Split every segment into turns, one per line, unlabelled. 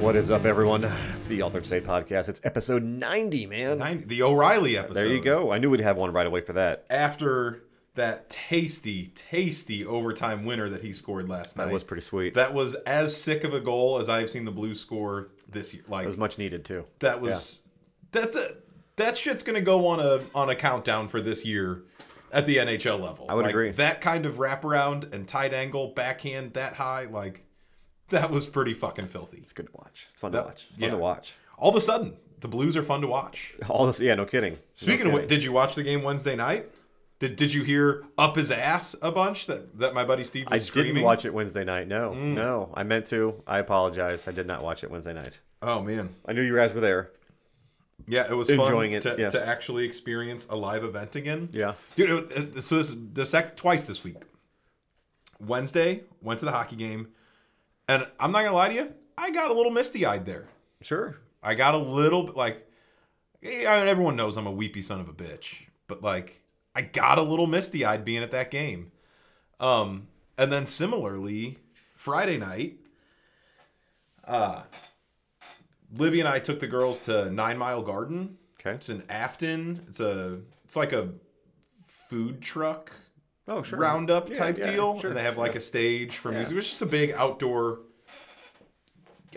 What is up, everyone? It's the Altered State Podcast. It's episode 90, man.
90, the O'Reilly episode.
There you go. I knew we'd have one right away for that.
After that tasty, tasty overtime winner that he scored last night.
That was pretty sweet. That
That was as sick of a goal as I've seen the Blues score this year. Like
was much needed, too.
that was that's a that shit's gonna go on a on a countdown for this year at the NHL level. I
would agree.
That kind of wraparound and tight angle backhand that high, like that was pretty fucking filthy.
It's good to watch. It's fun to
That-
watch. Fun
yeah.
to watch.
All of a sudden, the Blues are fun to watch.
All this, yeah, no kidding.
Speaking of which, did you watch the game Wednesday night? Did, did you hear up his ass a bunch that, that my buddy Steve was
I
screaming?
didn't watch it Wednesday night. No,
Mm.
no. I meant to. I apologize. I did not watch it Wednesday night.
Oh man,
I knew you guys were there.
yeah, it was
Enjoying
fun
it,
to,
yes.
to actually experience a live event again.
Yeah.
dude. It, it, so this the sec twice this week. Wednesday went to the hockey game, and I'm not gonna lie to you, I got a little misty eyed there.
Sure.
I got a little bit like, yeah, I mean, everyone knows I'm a weepy son of a bitch, but like, I got a little misty eyed being at that game. Um, and then similarly, Friday night, uh, Libby and I took the girls to Nine Mile Garden.
Okay.
It's in Afton. It's a, it's like a food truck
Oh, sure.
roundup
Yeah,
type
yeah,
deal,
sure.
and they have like a stage for
Yeah.
music. It was just a big outdoor.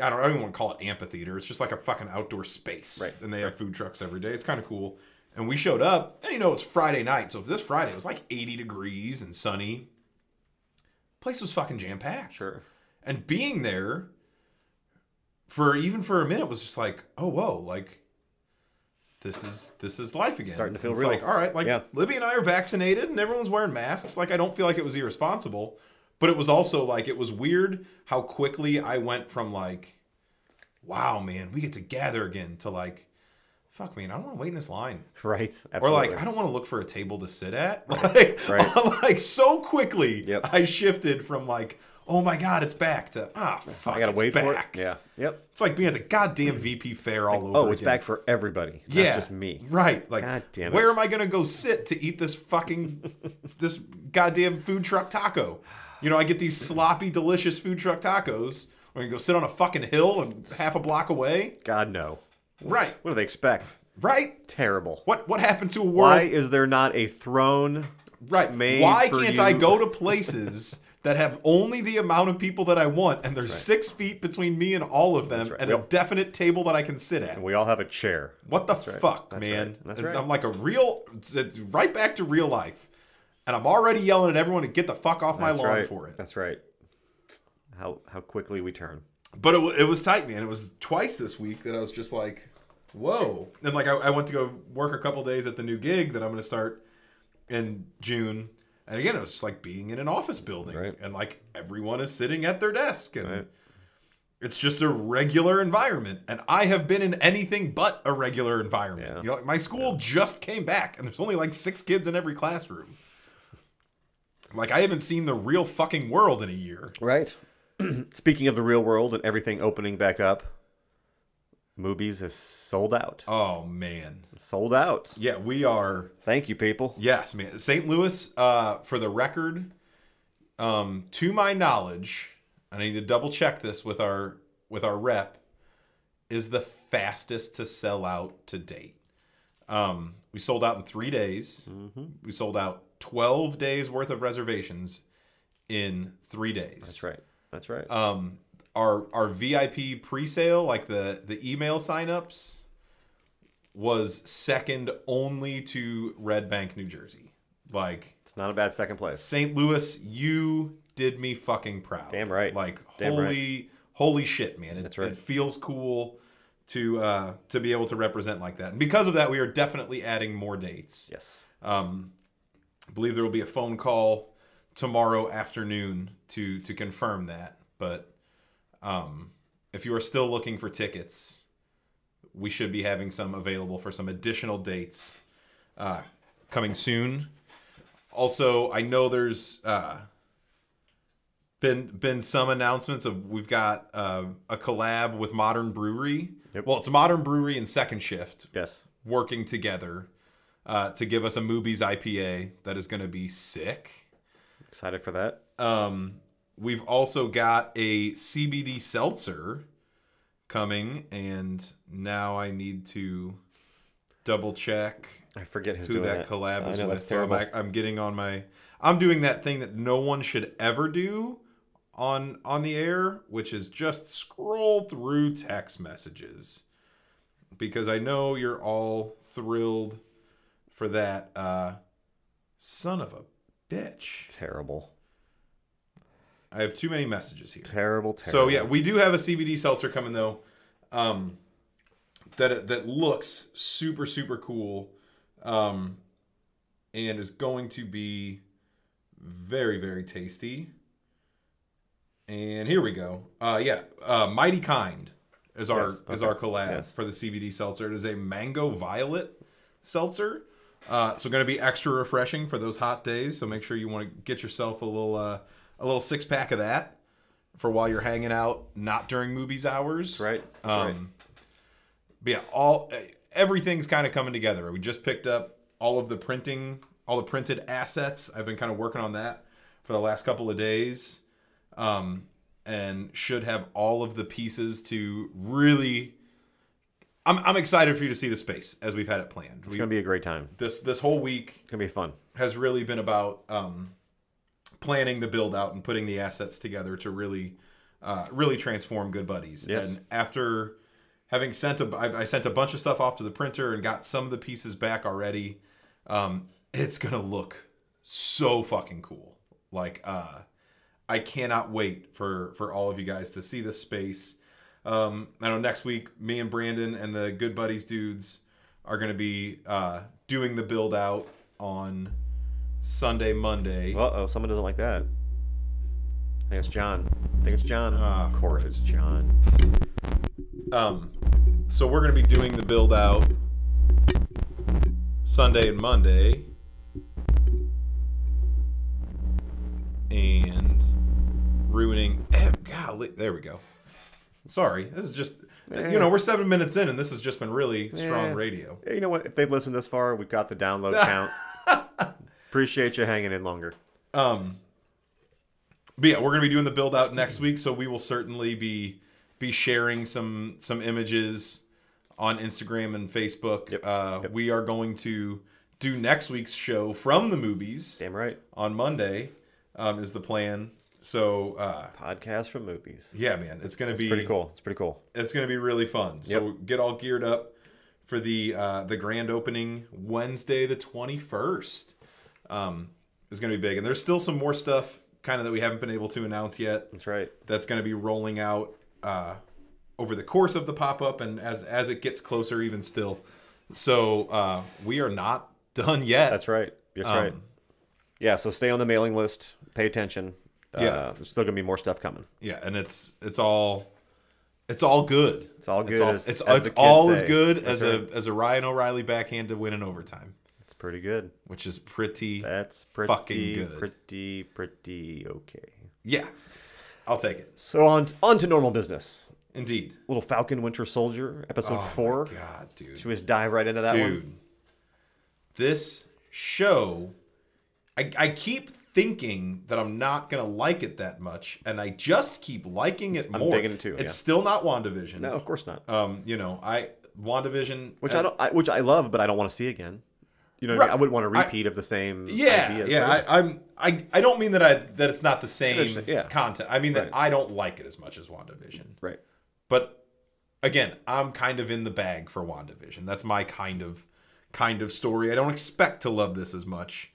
I don't, I don't even want to call it amphitheater. It's just like a fucking outdoor space,
Right,
and they have food trucks every day. It's kind of cool. And we showed up, and you know it's Friday night, so this Friday it was like 80 degrees and sunny. Place was fucking jam packed.
Sure.
And being there for even for a minute was just like, oh whoa, like this is this is life again.
Starting to feel
it's
real.
Like all right, like
Yeah.
Libby and I are vaccinated and everyone's wearing masks. Like I don't feel like it was irresponsible, but it was also like it was weird how quickly I went from like, wow man, we get to gather again to like, fuck man, I don't want to wait in this line.
Right. Absolutely.
Or like, I don't want to look for a table to sit at. Like,
right.
like so quickly,
Yep.
I shifted from like, oh my god, it's back to ah fuck,
I gotta
it's
wait
back.
for it. Yeah. Yep.
It's like being at the goddamn VP fair all over.
Oh, it's
again.
back for everybody. Not
Yeah,
just me.
Right. Like,
God damn it.
where am I gonna go sit to eat this fucking this goddamn food truck taco? You know, I get these sloppy, delicious food truck tacos. Or you go sit on a fucking hill and half a block away.
God no.
Right.
What do they expect?
Right.
Terrible.
What what happened to a world?
Why is there not a throne?
Right.
made
Why
for
can't I
you.
go to places that have only the amount of people that I want, and there's six feet between me and all of them, and a
Yep.
definite table that I can sit at?
And we all have a chair.
What the
right.
fuck,
That's
man?
right. That's
And
right.
I'm like a real, it's- it's right back to real life, and I'm already yelling at everyone to get the fuck off my
That's
lawn
right.
for it.
That's right. How how quickly we turn.
But it, wa- it was tight, man. It was twice this week that I was just like, whoa. And like, I, I went to go work a couple days at the new gig that I'm going to start in June. And again, it was just like being in an office building
Right.
and like everyone is sitting at their desk and it's just a regular environment. And I have been in anything but a regular environment.
Yeah.
You know, like, my school just came back and there's only like six kids in every classroom. Like, I haven't seen the real fucking world in a year.
Right. Speaking of the real world and everything opening back up, movies is sold out.
Oh, man.
Sold out.
Yeah, we are.
Thank you, people.
Yes, man. St. Louis, uh, for the record, um, to my knowledge, I need to double check this with our with our rep, is the fastest to sell out to date. Um, we sold out in three days. We sold out twelve days worth of reservations in three days.
That's right. That's right.
Um, our our VIP pre-sale, like the the email signups, was second only to Red Bank, New Jersey. Like
it's not a bad second place.
St. Louis, you did me fucking proud.
Damn right.
Like
Damn
holy holy shit, man. It,
right.
it feels cool to uh, to be able to represent like that. And because of that, we are definitely adding more dates.
Yes.
I believe there will be a phone call tomorrow afternoon to to confirm that. But um, if you are still looking for tickets, we should be having some available for some additional dates uh, coming soon. Also, I know there's uh, been been some announcements of we've got uh, a collab with Modern Brewery.
Yep.
Well, it's Modern Brewery and Second Shift
Yes.
working together uh, to give us a movies IPA that is going to be sick.
Excited for that.
Um, we've also got a CBD seltzer coming, and now I need to double check
I forget who's
who
doing
that collab
I
is
know,
with.
that's
So I'm,
terrible.
ac- I'm getting on my. I'm doing that thing that no one should ever do on on the air, which is just scroll through text messages, because I know you're all thrilled for that. Uh, son of a bitch!
Terrible.
I have too many messages here.
Terrible, terrible.
So yeah, we do have a CBD seltzer coming though, um, that that looks super super cool, um, and is going to be very very tasty. And here we go. Uh, yeah, uh, mighty kind is our
Yes,
is
okay.
our collab
Yes.
for the CBD seltzer. It is a mango violet seltzer. Uh, so going to be extra refreshing for those hot days. So make sure you want to get yourself a little uh, a little six pack of that for while you're hanging out, not during movies hours.
That's right. That's
Um,
right.
But yeah, all eh, everything's kind of coming together. We just picked up all of the printing, all the printed assets. I've been kind of working on that for the last couple of days, um, and should have all of the pieces to really. I'm, I'm excited for you to see the space as we've had it planned.
It's
We,
gonna be a great time.
this this whole week
It's gonna be fun.
has really been about um, planning the build out and putting the assets together to really uh, really transform good buddies
Yes.
and after having sent a I, I sent a bunch of stuff off to the printer and got some of the pieces back already um, it's gonna look so fucking cool like uh i cannot wait for for all of you guys to see this space um i know next week me and brandon and the good buddies dudes are gonna be uh doing the build out on sunday monday
Uh oh, someone doesn't like that. I think it's John. I think it's John.
Ah,
of course it's
Christ.
John.
Um, so we're gonna be doing the build out Sunday and Monday, and ruining. Eh, golly, there we go. Sorry, this is just. You know, we're seven minutes in, and this has just been really strong
Eh.
radio.
Yeah, you know what? If they've listened this far, we've got the download count. Appreciate you hanging in longer.
Um, but yeah, we're gonna be doing the build out next week, so we will certainly be be sharing some some images on Instagram and Facebook.
Yep,
Uh, We are going to do next week's show from the movies
Damn right.
on Monday. Um, is the plan? So uh,
Podcast from movies.
yeah, man, it's gonna be
Pretty cool. It's pretty cool.
it's gonna be really fun. So get all geared up for the uh, the grand opening Wednesday the twenty first. Um, is gonna be big, and there's still some more stuff kind of that we haven't been able to announce yet.
That's right.
That's gonna be rolling out uh, over the course of the pop up, and as as it gets closer, even still. So uh, we are not done yet.
That's right. That's
Um,
right. Yeah. So stay on the mailing list. Pay attention. Uh,
Yeah.
There's still gonna be more stuff coming.
yeah, and it's it's all it's all good. It's
all
It's
good
all,
as-
it's,
as
it's
the kids
all as
say.
good
That's
as a as a Ryan O'Reilly backhand to win in overtime.
It's pretty good.
which is pretty.
That's pretty
Fucking good.
Pretty pretty okay.
Yeah, I'll take it.
So on on to normal business.
Indeed.
Little Falcon Winter Soldier episode
Oh my
four.
God, dude.
Should we just dive right into that
Dude,
one?
this show, I, I keep thinking that I'm not gonna like it that much, and I just keep liking it
I'm
more.
digging it too,
It's
yeah.
still not Wandavision.
No, of course not.
Um, you know, I Wandavision, uh,
Which I don't. I, which I love, but I don't want to see again. You know, what I mean?
Right.
I wouldn't want a
I-
repeat of the same.
Yeah,
idea,
yeah.
so-
I, I'm. I, I don't mean that I that it's not the same
Interesting, yeah.
content. I mean
Right.
that I don't like it as much as Wandavision.
right.
but again i'm kind of in the bag for wandavision that's my kind of kind of story i don't expect to love this as much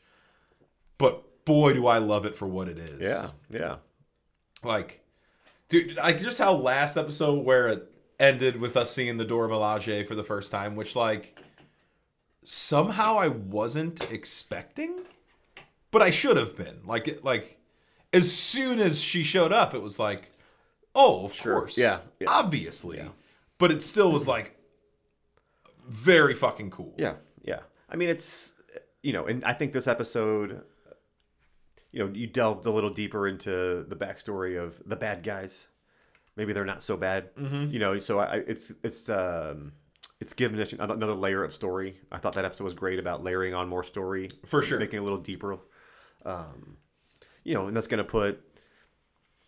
but boy do i love it for what it is
Yeah, yeah.
like dude like just how last episode where it ended with us seeing the dora milaje for the first time which like somehow i wasn't expecting but i should have been like it like as soon as she showed up it was like oh of course
Yeah, yeah.
obviously but it still was like very fucking cool
Yeah, yeah. I mean, it's you know, and I think this episode, you know, you delved a little deeper into the backstory of the bad guys. Maybe they're not so bad,
Mm-hmm.
you know. So I, I- it's it's um, it's given us another layer of story. I thought that episode was great about layering on more story
For sure.
making it a little deeper. Um, you know, and that's going to put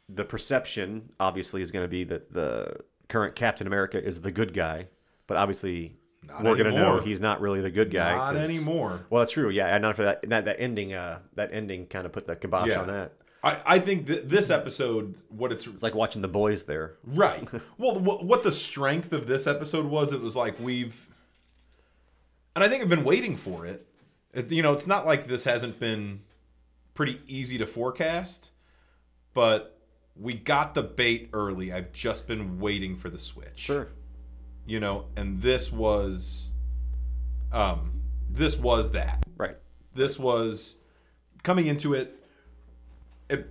the perception obviously is going to be that the current Captain America is the good guy, but obviously
Not
we're going to know
anymore.
he's not really the good guy.
Not
'cause-
anymore.
Well, that's true. Yeah, and not for that. That, that ending, uh, that ending kind of put the kibosh
Yeah.
on that.
I, I think that this episode, what it's
It's like watching the boys there.
Right. Well, wh- what the strength of this episode was, it was like we've, and I think I've been waiting for it. It- You know, it's not like this hasn't been pretty easy to forecast, but we got the bait early. I've just been waiting for the switch.
Sure.
You know, and this was, um, this was that
Right.
this was coming into it, it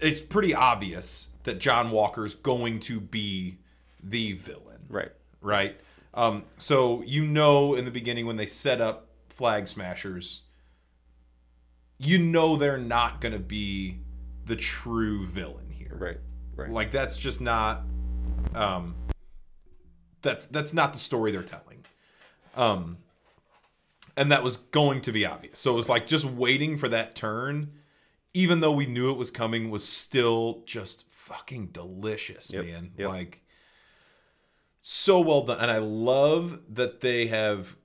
it's pretty obvious that John Walker's going to be the villain,
Right.
right? Um, so you know in the beginning when they set up Flag Smashers, you know they're not going to be the true villain here.
Right. Right.
Like that's just not um that's that's not the story they're telling. Um and that was going to be obvious. So it was like just waiting for that turn even though we knew it was coming was still just fucking delicious,
Yep,
man.
yep.
Like so well done and I love that they have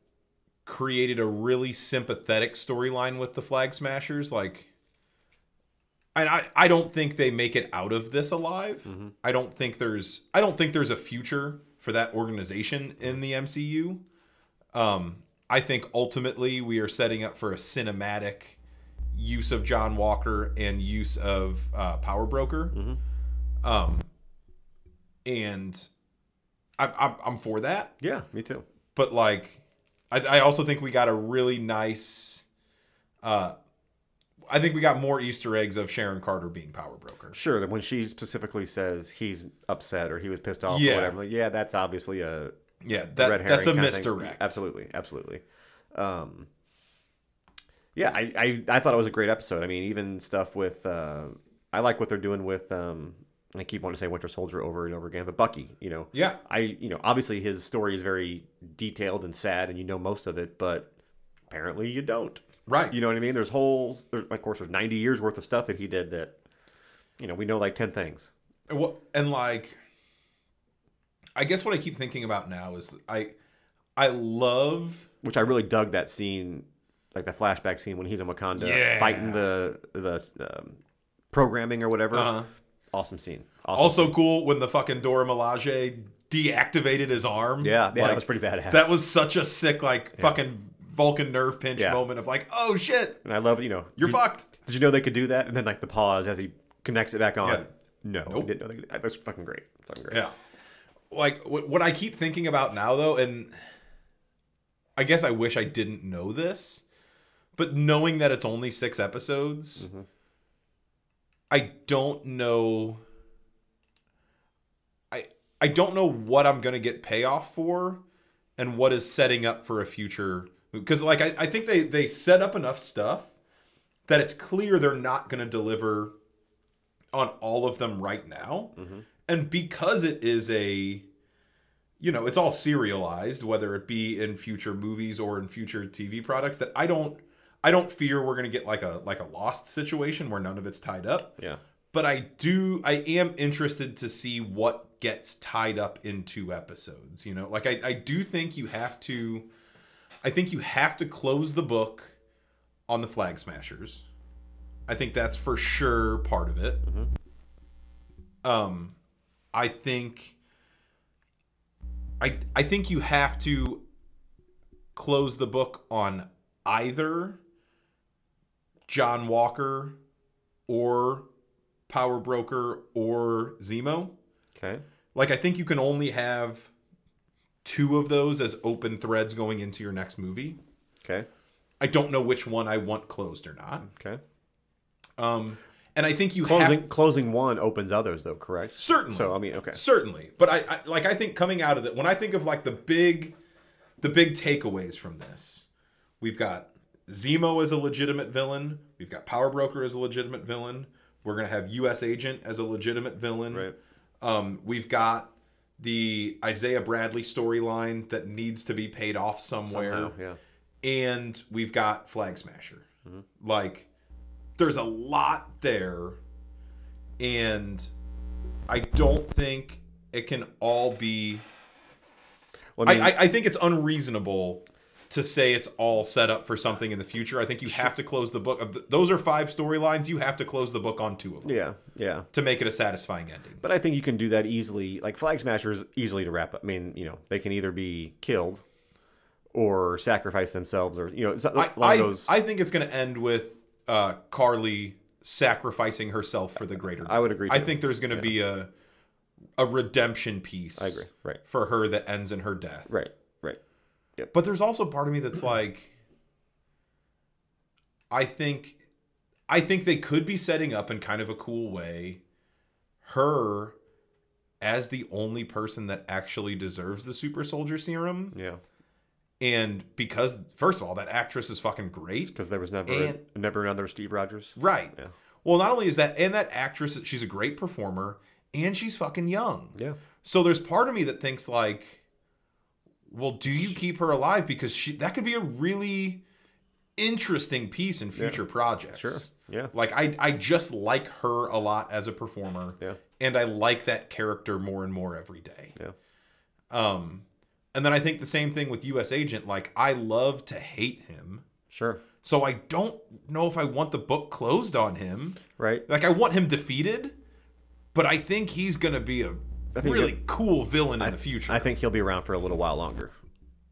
created a really sympathetic storyline with the flag smashers like and I, I don't think they make it out of this alive.
Mm-hmm.
I don't think there's I don't think there's a future for that organization in the MCU. Um, I think ultimately we are setting up for a cinematic use of John Walker and use of uh, Power Broker.
Mm-hmm.
Um, and I, I'm I'm for that
yeah. Me too.
but like I, I also think we got a really nice uh i think we got more easter eggs of sharon carter being power broker
Sure. That when she specifically says he's upset or he was pissed off
Yeah.
or whatever, like, yeah, that's obviously a
yeah that,
red
that's
herring kinda
a
thing.
misdirect
Absolutely, absolutely. Um, yeah, I, I I thought it was a great episode. I mean, even stuff with uh, I like what they're doing with um, I keep wanting to say Winter Soldier over and over again, but Bucky, you know,
yeah
I you know obviously his story is very detailed and sad, and you know most of it, but apparently you don't.
right
You know what I mean? There's whole, there, of course, there's 90 years worth of stuff that he did that, you know, we know like 10 things.
And what and like i guess what i keep thinking about now is i i love
which I really dug that scene, like the flashback scene when he's in Wakanda
Yeah.
fighting the the um, programming or whatever.
Uh-huh.
Awesome scene. Awesome.
also cool when the fucking dora milaje deactivated his arm
yeah, yeah,
Like,
that was pretty badass.
that was such a sick like fucking vulcan nerve pinch
Yeah.
moment of like oh shit
and I love you know
you're
did,
fucked
Did you know they could do that? And then like the pause as he connects it back on.
Yeah.
No, I didn't know they could. That was fucking great. Fucking great.
Yeah. Like what, what I keep thinking about now though and I guess I wish I didn't know this, but knowing that it's only 6 episodes, I don't know I I don't know what I'm going to get payoff for and what is setting up for a future because like I, I think they they set up enough stuff that it's clear they're not going to deliver on all of them right now and because it is a you know it's all serialized whether it be in future movies or in future tv products that i don't i don't fear we're going to get like a like a lost situation where none of it's tied up
Yeah.
but i do i am interested to see what gets tied up in two episodes you know like i, I do think you have to i think you have to close the book on the flag smashers i think that's for sure part of it um i think i i think you have to close the book on either john walker or power broker or zemo
Okay.
like i think you can only have two of those as open threads going into your next movie
Okay.
i don't know which one i want closed or not
Okay.
um and i think you have
Closing closing one opens others though, correct?
Certainly.
So I mean, okay.
Certainly, but I, I like I think coming out of it when I think of like the big, the big takeaways from this, we've got Zemo as a legitimate villain. We've got Power Broker as a legitimate villain. We're gonna have U.S. Agent as a legitimate villain.
Right.
Um, we've got the Isaiah Bradley storyline that needs to be paid off somewhere
Wow, Oh, yeah.
and we've got Flag Smasher.
Mm-hmm.
Like, there's a lot there, and I don't think it can all be
Well,
I,
I mean,
I, I think it's unreasonable to say it's all set up for something in the future. I think you have to close the book. of th- Those are five storylines. You have to close the book on two of them
yeah, yeah.
to make it a satisfying ending.
But I think you can do that easily. Like Flag Smasher is easily to wrap up. I mean, you know, they can either be killed or sacrifice themselves, or you know, it's a
I,
lot
I,
of those. I,
I think it's going to end with uh, Carly sacrificing herself for the greater. good.
would agree.
I
too.
think there's going to be a a redemption piece.
I agree. Right.
for her that ends in her death.
Right. Right.
But there's also part of me that's like I think I think they could be setting up in kind of a cool way her as the only person that actually deserves the super soldier serum
Yeah.
and because first of all that actress is fucking great.
Because there was never
And-
never another Steve Rogers.
Right.
Yeah.
Well, not only is that and that actress she's a great performer and she's fucking young.
Yeah.
So there's part of me that thinks like, well, do you keep her alive because she that could be a really interesting piece in future projects.
Sure. Yeah.
Like I I just like her a lot as a performer.
Yeah.
And I like that character more and more every day.
Yeah.
Um and then I think the same thing with US Agent like I love to hate him.
Sure.
So I don't know if I want the book closed on him.
Right.
Like I want him defeated, but I think he's going to be a
think
really cool villain in the future.
I think he'll be around for a little while longer.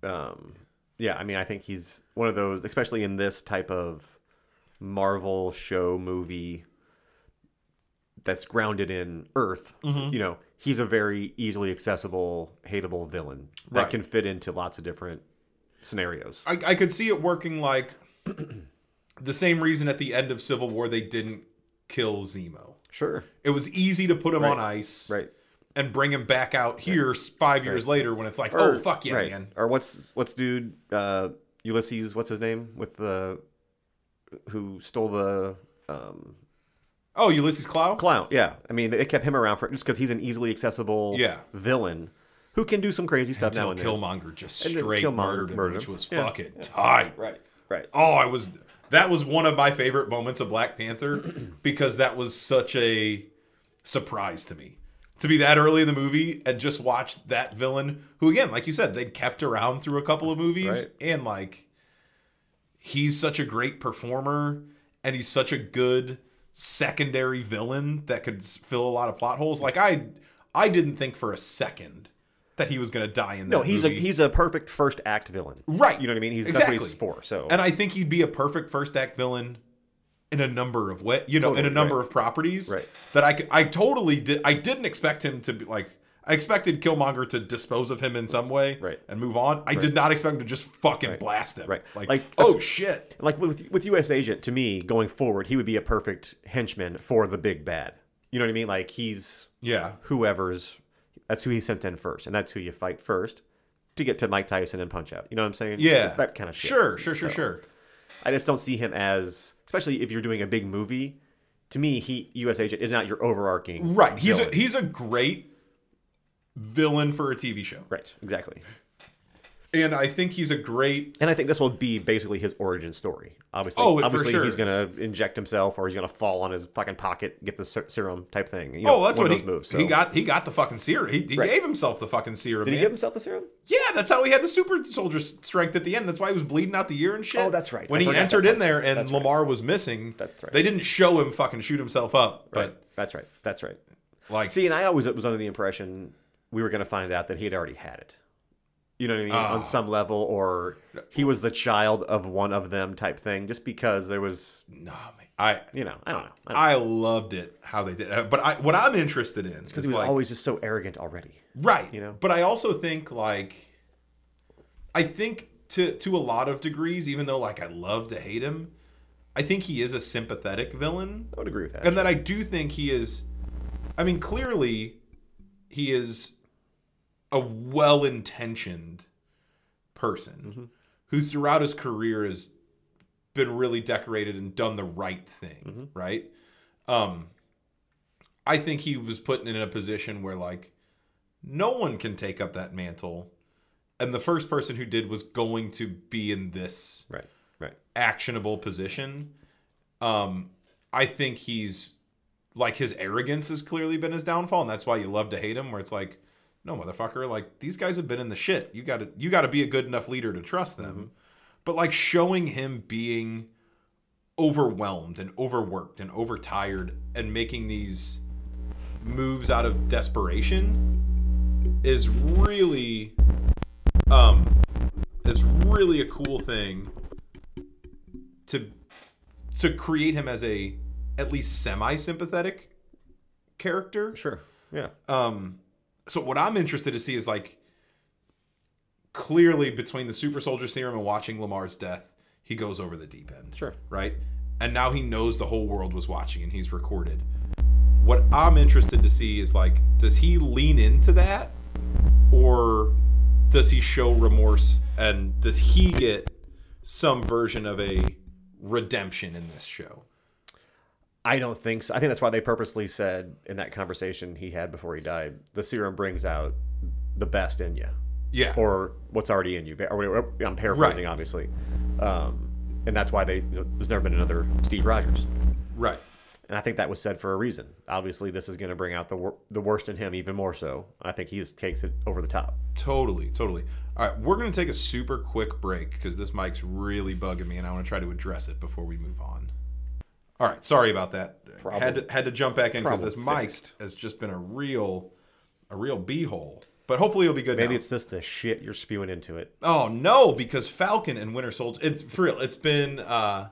Um, yeah, I mean, I think he's one of those, especially in this type of Marvel show movie that's grounded in Earth.
Mm-hmm.
You know, he's a very easily accessible, hateable villain that
Right.
can fit into lots of different scenarios.
I, I could see it working like the same reason at the end of Civil War they didn't kill Zemo.
Sure.
It was easy to put him on ice
Right.
and bring him back out here s five years later when it's like, oh fuck yeah,
right.
man.
Or what's what's dude uh, Ulysses? What's his name with the who stole the um,
Oh, Ulysses Clow.
clown. Yeah, I mean they kept him around for just because he's an easily accessible
Yeah. villain
villain who can do some crazy stuff now
Until
and
Killmonger just
And then
straight
Killmonger
murdered him,
murdered
which
him.
was
Yeah.
fucking tight.
then. Right, right.
Oh, I was. That was one of my favorite moments of Black Panther because that was such a surprise to me to be that early in the movie and just watch that villain who, again, like you said, they'd kept around through a couple of movies
Right.
and like he's such a great performer and he's such a good secondary villain that could s- fill a lot of plot holes. Like I, I didn't think for a second that he was gonna die in that.
No, he's
movie.
a he's a perfect first act villain.
Right.
You know what I mean? He's that's what he's
Exactly.
for. So
And I think he'd be a perfect first act villain in a number of what you know, in
Totally,
a number of properties.
Right.
That I could, I totally did I didn't expect him to be like I expected Killmonger to dispose of him in some way
Right.
and move on. I did not expect him to just fucking blast him.
Right.
Like,
Like-
oh shit.
like with with U.S. Agent, to me, going forward, he would be a perfect henchman for the big bad. You know what I mean? Like he's
Yeah.
whoever's that's who he sent in first, and that's who you fight first to get to Mike Tyson and Punch Out. You know what I'm saying?
Yeah.
It's that kind of shit.
Sure, sure, sure, sure.
I just don't see him as, especially if you're doing a big movie. To me, he U.S. agent is not your overarching.
Right. He's
villain.
a he's a great villain for a TV show.
right, exactly.
And I think he's a great
And I think this will be basically his origin story. Obviously,
Oh, it for
obviously
sure
he's
is.
gonna inject himself, or he's gonna fall on his fucking pocket, get the ser- serum type thing. You know,
Oh, that's
one
what
of
he,
those moves. So.
he got. He got the fucking serum. He, he
Right.
gave himself the fucking serum.
Did he
man.
give himself the serum?
Yeah, that's how he had the super soldier s- strength at the end. That's why he was bleeding out the ear and shit.
Oh, that's right.
When
I
he
forgot
entered
that
in
part.
there and
That's right.
Lamar was missing,
That's right.
They didn't show him fucking shoot himself up,
Right.
but
That's right. That's right.
like,
See, and I always was under the impression we were gonna find out that he had already had it. You know what I mean?
Ah.
On some level, or he was the child of one of them type thing. Just because there was,
nah, man. I
you know, I don't know. I don't
I loved it how they did. it. But I, what I'm interested in is
Because he was
like,
always just so arrogant already.
right
know?
but i also think like i think to to a lot of degrees even though like i love to hate him i think he is a sympathetic villain
I would agree with that.
and that i do think he is i mean clearly he is a well-intentioned person who throughout his career has been really decorated and done the right thing right um i think he was put in a position where like no one can take up that mantle and the first person who did was going to be in this
right, right.
actionable position. Um, I think he's like his arrogance has clearly been his downfall, and that's why you love to hate him. Where it's like, no motherfucker like these guys have been in the shit you gotta you gotta be a good enough leader to trust them but like showing him being overwhelmed and overworked and overtired and making these moves out of desperation is really um is really a cool thing to to create him as a at least semi sympathetic character
Sure. Yeah.
Um, so what I'm interested to see is like clearly between the super soldier serum and watching Lamar's death, he goes over the deep end.
Sure.
Right? And now he knows the whole world was watching and he's recorded. What I'm interested to see is like, does he lean into that? Or does he show remorse and does he get some version of a redemption in this show?
I don't think so. I think that's why they purposely said in that conversation he had before he died, the serum brings out the best in you,
Yeah.
or what's already in you. Or whatever. I'm paraphrasing, obviously, um, and that's why they. There's never been another Steve Rogers,
right.
and I think that was said for a reason. Obviously, this is going to bring out the wor- the worst in him even more so. I think he just takes it over the top.
Totally, totally. All right, we're going to take a super quick break because this mic's really bugging me, and I want to try to address it before we move on. All right, sorry about that. Had to, had to jump back in because
Problem
this mic
fixed.
has just been a real, a real b-hole. But hopefully it'll be good.
Maybe
now.
it's just the shit you're spewing into it.
Oh no, because Falcon and Winter Soldier. It's for real. It's been uh,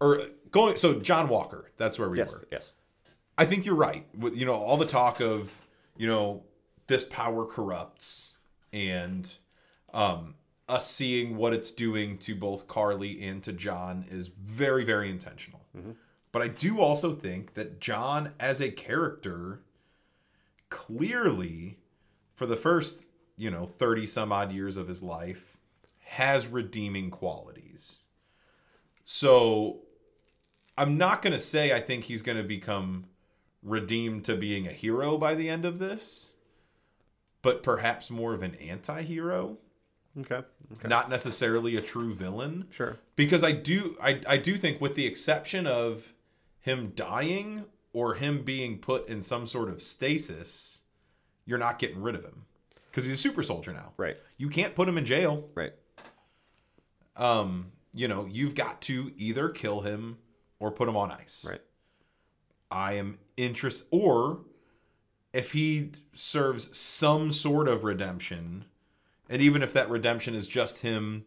or going. So John Walker. That's where we
Yes.
were.
Yes.
I think you're right. With you know all the talk of you know this power corrupts and um, us seeing what it's doing to both Carly and to John is very very intentional. But I do also think that John as a character clearly for the first you know 30 some odd years of his life has redeeming qualities. So I'm not going to say I think he's going to become redeemed to being a hero by the end of this, but perhaps more of an anti hero,
Okay.
not necessarily a true villain.
Sure.
Because I do, I, I do think, with the exception of him dying or him being put in some sort of stasis, you're not getting rid of him because he's a super soldier now.
Right.
You can't put him in jail
Right.
um, you know, you've got to either kill him or put him on ice.
Right.
I am interest or if he serves some sort of redemption, and even if that redemption is just him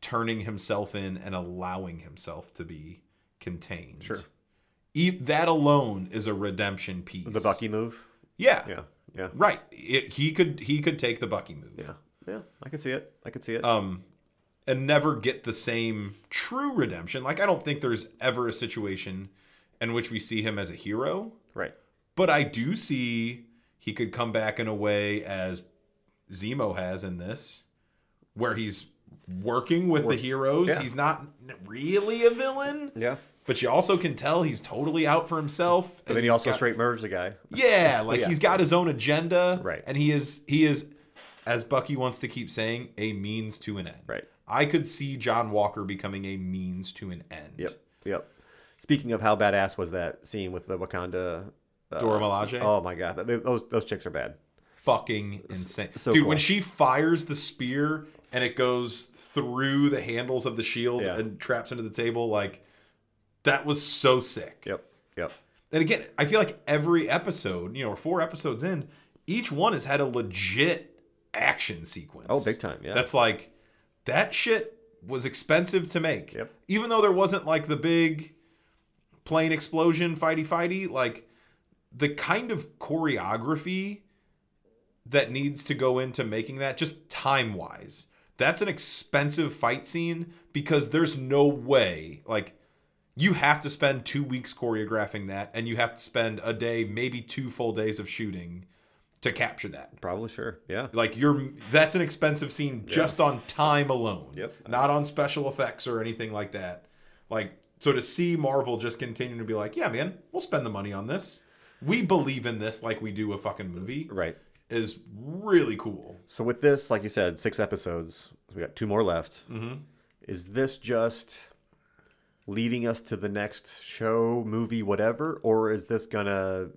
turning himself in and allowing himself to be contained.
Sure.
E- that alone is a redemption piece.
The Bucky move.
Yeah.
Yeah. Yeah.
Right. It, he could he could take the Bucky move.
Yeah. Yeah. I can see it. I can see it.
um, and never get the same true redemption. Like I don't think there's ever a situation in which we see him as a hero,
right.
but I do see he could come back in a way as Zemo has in this, where he's working with the heroes.
yeah.
He's not really a villain,
Yeah.
but you also can tell he's totally out for himself.
But then he
he's
also
got-
straight merged the guy.
yeah, like
yeah.
he's got his own agenda,
Right.
And he is he is, as Bucky wants to keep saying, a means to an end.
Right.
I could see John Walker becoming a means to an end.
Yep. Yep. Speaking of how badass was that scene with the Wakanda? Uh,
Dora Milaje,
Oh my god, th- th- those those chicks are bad.
fucking insane,
so
dude.
cool.
When she fires the spear and it goes through the handles of the shield
Yeah.
and traps into the table, like that was so sick.
Yep. Yep.
And again, I feel like every episode, you know, we're four episodes in, each one has had a legit action sequence.
Oh, big time, yeah.
That's like that shit was expensive to make.
Yep.
Even though there wasn't like the big plane explosion fighty fighty, like the kind of choreography that needs to go into making that just time wise. That's an expensive fight scene because there's no way like you have to spend two weeks choreographing that and you have to spend a day maybe two full days of shooting to capture that
Probably sure. Yeah.
like you're that's an expensive scene just on time alone
Yep.
not on special effects or anything like that like so to see marvel just continue to be like yeah man we'll spend the money on this we believe in this like we do a fucking movie
Right.
is really cool
So with this, like you said, six episodes. We got two more left.
Mm-hmm.
Is this just leading us to the next show, movie, whatever, or is this gonna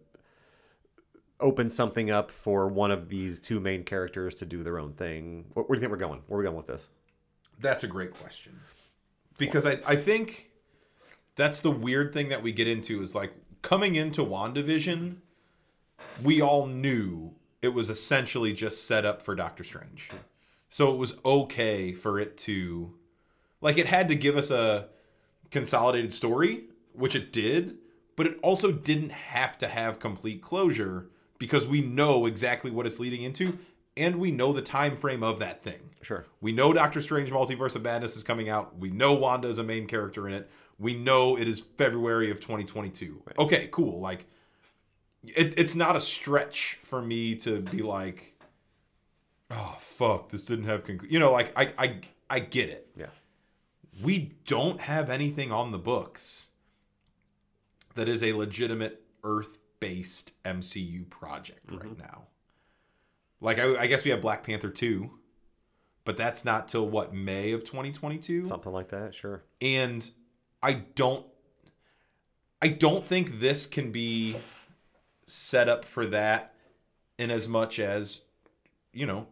open something up for one of these two main characters to do their own thing. Where, where do you think we're going? Where are we going with this?
That's a great question. Because I, I think that's the weird thing that we get into is like coming into WandaVision, we all knew it was essentially just set up for Doctor Strange. So it was okay for it to like it had to give us a consolidated story, which it did, but it also didn't have to have complete closure because we know exactly what it's leading into and we know the time frame of that thing.
Sure.
We know Doctor Strange Multiverse of Madness is coming out. We know Wanda is a main character in it. We know it is February of 2022. Okay, cool. Like, it, it's not a stretch for me to be like, oh, fuck, this didn't have. Conc-. You know, like, I, I, I get it.
Yeah.
We don't have anything on the books that is a legitimate Earth based MCU project right now. Like, I, I guess we have Black Panther 2, but that's not till what, May of 2022?
Something like that. Sure.
and I don't I don't think this can be set up for that in as much as you know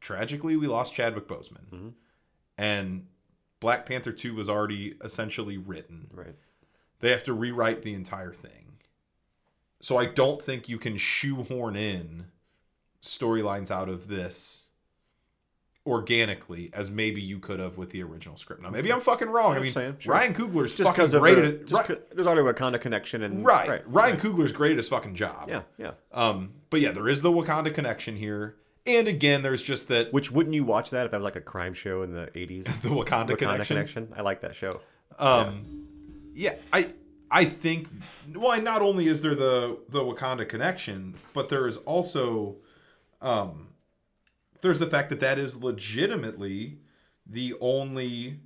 tragically we lost Chadwick Boseman and Black Panther 2 was already essentially written
Right.
they have to rewrite the entire thing so I don't think you can shoehorn in storylines out of this organically as maybe you could have with the original script. Now maybe I'm fucking wrong. I mean,
understand, sure.
Ryan Coogler's
Just because
fucking
of
great
the,
at
just
right,
'cause- there's already a Wakanda connection and
right, Ryan Coogler's great at his fucking job.
Yeah. Yeah.
Um, but yeah, there is the Wakanda connection here, and again, there's just that
Which wouldn't you watch that if that was like a crime show in the 80s?
the Wakanda,
Wakanda
connection.
connection. I like that show.
Um, yeah. I I think well, and not only is there the the Wakanda connection, but there is also um, there's the fact that that is legitimately the only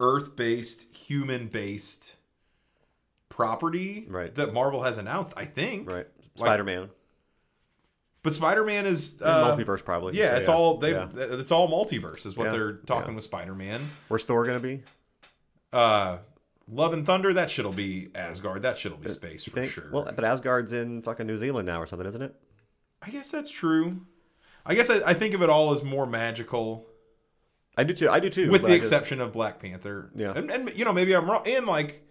Earth-based, human-based property
Right.
that Marvel has announced. I think
Right.
Like-
Spider-Man.
but Spider-Man is uh,
multiverse probably.
Yeah,
So,
it's all they.
yeah.
It's all multiverse is what
Yeah,
they're talking
yeah.
with Spider-Man.
Where's Thor gonna be?
uh Love and Thunder, that shit'll be Asgard. That shit'll be space
Uh, You
for
think?
sure.
Well, but Asgard's in fucking New Zealand now or something, isn't it?
I guess that's true. I guess I, I think of it all as more magical,
I do too. I do too.
with
but
the
I just-
exception of Black Panther.
Yeah.
and, and you know maybe I'm wrong. And like,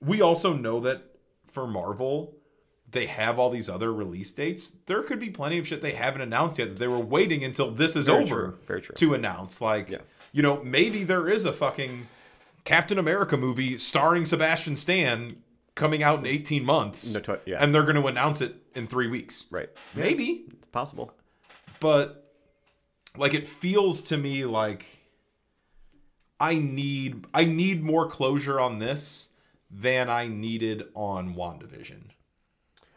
we also know that for Marvel, they have all these other release dates. There could be plenty of shit they haven't announced yet that they were waiting until this is
Very
over
true, very true.
to announce. Like,
Yeah.
you know, maybe there is a fucking Captain America movie starring Sebastian Stan coming out in 18 months.
No, tw- yeah.
And they're going to announce it in three weeks.
right.
Maybe.
It's possible.
But, like, it feels to me like I need I need more closure on this than I needed on WandaVision.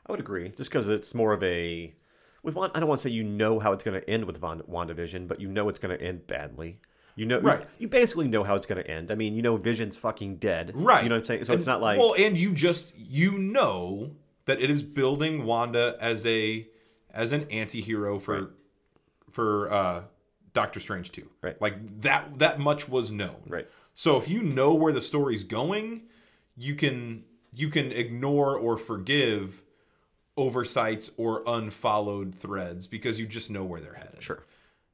I would agree, just because it's more of a with one. I don't want to say you know how it's going to end with Von, WandaVision, but you know it's going to end badly. You know,
Right.
You basically know how it's going to end. I mean, you know, Vision's fucking dead.
Right.
You know what I'm saying? So
And-
it's not like
well, and you just you know that it is building Wanda as a as an anti-hero for for uh Doctor Strange 2.
Right.
Like that that much was known.
Right.
So if you know where the story's going, you can you can ignore or forgive oversights or unfollowed threads because you just know where they're headed.
sure.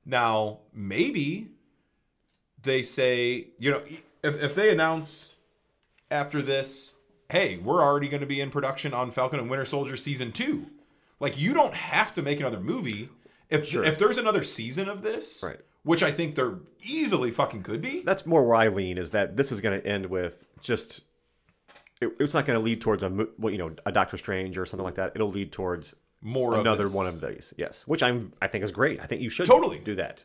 Now, maybe they say, you know, if, if they announce after this, hey, we're already going to be in production on Falcon and Winter Soldier season two. Like, you don't have to make another movie. If, if there's another season of this,
Right.
which I think there easily fucking could be,
That's more where I lean is that this is going to end with just. It, it's not going to lead towards a mo- well, you know, a Doctor Strange or something like that. It'll lead towards
more
another
of this.
one of these. Yes, which I'm I think is great. I think you should
Totally.
do that.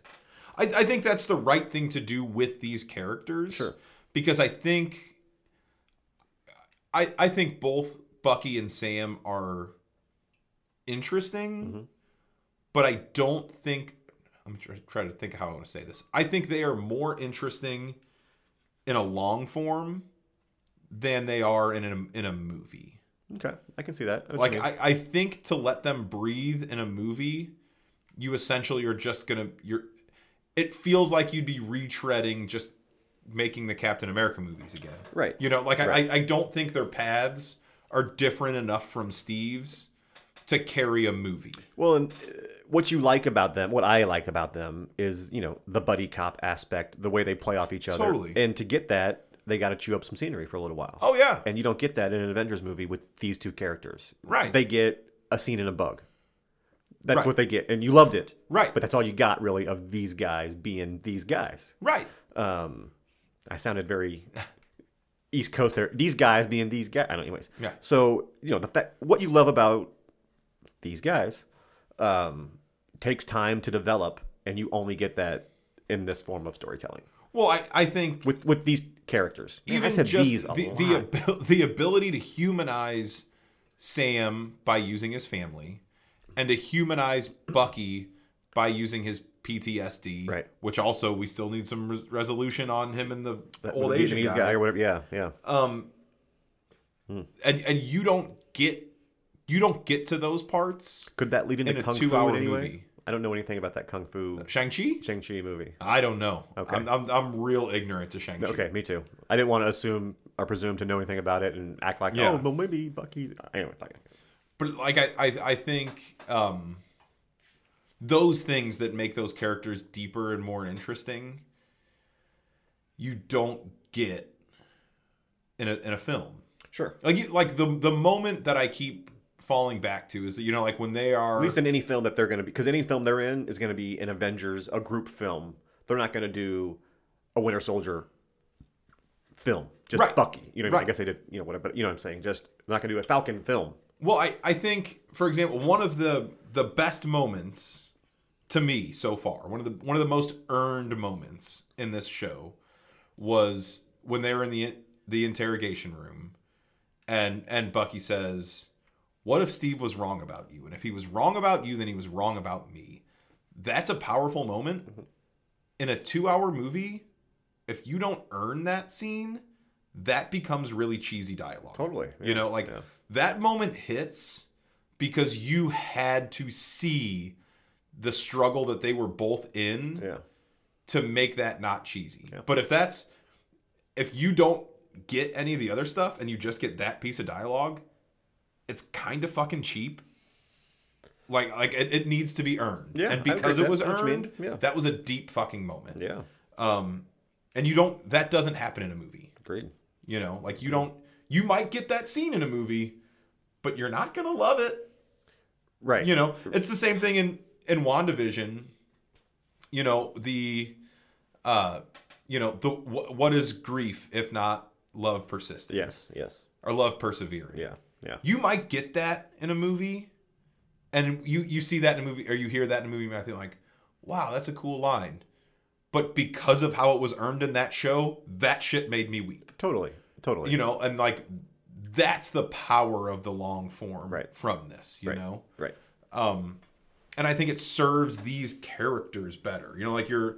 I, I think that's the right thing to do with these characters.
Sure.
Because I think I I think both Bucky and Sam are interesting, but I don't think I'm try- trying to think how I want to say this. I think they are more interesting in a long form than they are in a, in a movie.
Okay, I can see that. I know what
Like
you mean.
I, I think to let them breathe in a movie, you essentially are just gonna you're it feels like you'd be retreading just making the Captain America movies again.
Right.
You know, like I
Right.
I, I don't think their paths are different enough from Steve's to carry a movie.
Well, and uh, what you like about them, what I like about them is, you know, the buddy cop aspect, the way they play off each other.
Totally.
And to get that, they got to chew up some scenery for a little while.
Oh yeah,
And you don't get that in an Avengers movie with these two characters.
Right.
They get a scene and a bug. That's
Right.
what they get. And you loved it.
Right.
But that's all you got, really, of these guys being these guys.
right.
Um, I sounded very East Coast there. These guys being these guys. I don't know, anyways.
Yeah.
So, you know, the fact, what you love about these guys um, takes time to develop, and you only get that in this form of storytelling
Well, I, I think
with with these characters. Man,
even
I said
just
these a
the
lot.
the, abil- the ability to humanize Sam by using his family, and to humanize Bucky by using his PTSD,
Right.
Which also we still need some res- resolution on him and the
That
old
was a
Asian
Vietnamese
guy. Uh,
guy or whatever. Yeah, yeah.
and and you don't get you don't get to those parts.
Could that lead into
in a
kung fu
two-hour
in any way?
movie. Uh,
I don't know anything about that kung fu
Shang Chi.
Shang Chi movie.
I don't know.
Okay.
I'm, I'm, I'm real ignorant to Shang Chi.
Okay, me too. I didn't want to assume or presume to know anything about it and act like,
Yeah.
oh, well, maybe Bucky. Anyway, fuck it.
But like I, I, I think um, those things that make those characters deeper and more interesting, you don't get in a in a film.
sure.
Like you, like the the moment that I keep falling back to is that, you know like when they are
At least in any film that they're going to be, because any film they're in is going to be an Avengers, a group film. They're not going to do a Winter Soldier film, just
Right.
Bucky. You know, what I, mean? I
Right.
guess they did, you know, whatever. But you know what I'm saying? Just they're not going to do a Falcon film.
Well, I, I think, for example, one of the the best moments to me so far, one of the one of the most earned moments in this show was when they were in the the interrogation room and and Bucky says, "What if Steve was wrong about you? And if he was wrong about you, then he was wrong about me." That's a powerful moment in a 2-hour movie. If you don't earn that scene, that becomes really cheesy dialogue.
Totally.
You know, like that moment hits because you had to see the struggle that they were both in
Yeah.
to make that not cheesy. But if that's if you don't get any of the other stuff and you just get that piece of dialogue, it's kind of fucking cheap. Like like it, it needs to be earned.
Yeah, I
and
agree
because
with
it
that.
was
I know what you mean.
earned,
Yeah.
that was a deep fucking moment.
Yeah.
Um and you don't that doesn't happen in a movie.
Agreed.
You know, like you don't you might get that scene in a movie, but you're not gonna love it.
Right.
You know, it's the same thing in in WandaVision. You know, the uh you know, the wh- what is grief if not love persistent
Yes. Yes.
or love persevering.
Yeah. Yeah.
You might get that in a movie and you you see that in a movie or you hear that in a movie and I think like, "Wow, that's a cool line." But because of how it was earned in that show, that shit made me weep
Totally. Totally.
you know and like that's the power of the long form
Right.
from this you know
Right.
and i think it serves these characters better you know like you're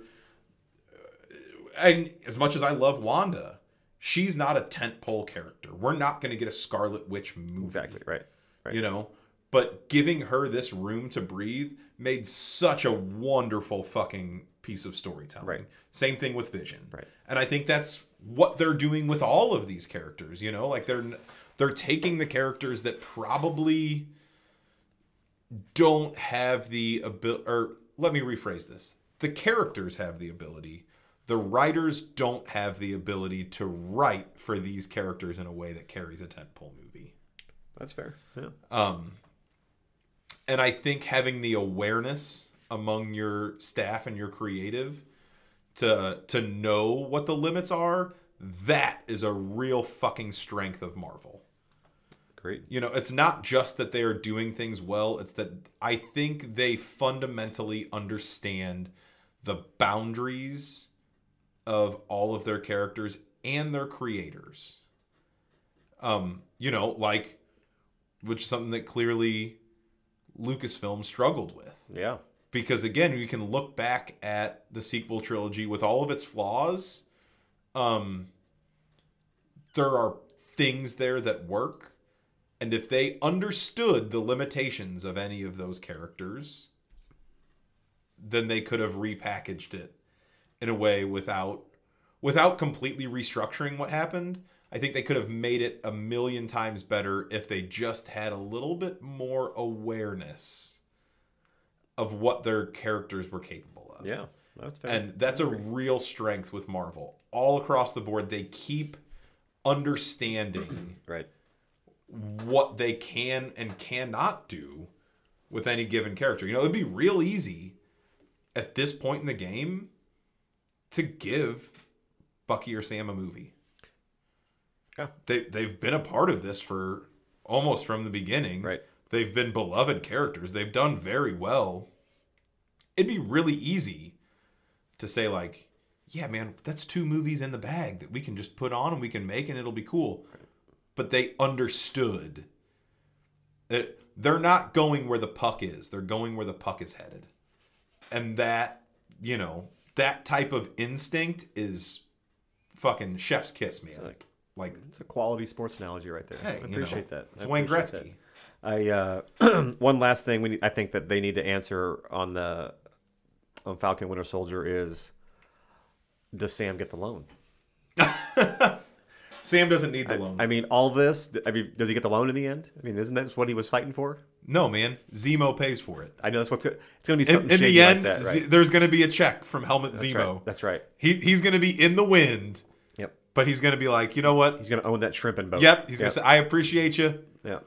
uh, and as much as i love wanda she's not a tentpole character we're not going to get a scarlet witch movie
Exactly. Right. Right.
you know but giving her this room to breathe made such a wonderful fucking piece of storytelling
Right.
same thing with vision
Right.
and i think that's what they're doing with all of these characters you know like they're they're taking the characters that probably don't have the ability or let me rephrase this the characters have the ability the writers don't have the ability to write for these characters in a way that carries a tentpole movie
That's fair. Yeah.
and I think having the awareness among your staff and your creative to to know what the limits are, that is a real fucking strength of Marvel.
Great.
You know, it's not just that they are doing things well, it's that I think they fundamentally understand the boundaries of all of their characters and their creators. Um, you know, like which is something that clearly Lucasfilm struggled with
Yeah.
because again you can look back at the sequel trilogy with all of its flaws um there are things there that work and if they understood the limitations of any of those characters then they could have repackaged it in a way without without completely restructuring what happened I think they could have made it a million times better if they just had a little bit more awareness of what their characters were capable of.
Yeah, that's fair.
And that's a real strength with Marvel. All across the board, they keep understanding
right.
what they can and cannot do with any given character. You know, it'd be real easy at this point in the game to give Bucky or Sam a movie.
Yeah.
They they've been a part of this for almost from the beginning.
Right.
They've been beloved characters. They've done very well. It'd be really easy to say like, yeah, man, that's two movies in the bag that we can just put on and we can make and it'll be cool. But they understood that they're not going where the puck is. They're going where the puck is headed. And that, you know, that type of instinct is fucking chef's kiss, man.
like-
like
It's a quality sports analogy right there.
Hey,
I
you know,
appreciate that.
It's
I
Wayne
appreciate
Gretzky.
that. I uh, one last thing we need, I think that they need to answer on the on Falcon Winter Soldier is does Sam get the loan?
Sam doesn't need the loan.
I mean, all this. I mean, does he get the loan in the end? I mean, isn't that what he was fighting for?
no, man. Zemo pays for it.
I know that's what's go- it's going to be
In,
something
in
shady
the end,
like that, right?
Z- there's going to be a check from Helmet
That's
Zemo.
right. That's right.
He, he's going to be in the wind,
Yep.
but he's going to be like, you know what?
He's going to own that shrimping boat.
Yep. He's going to say, I appreciate you.
Yep.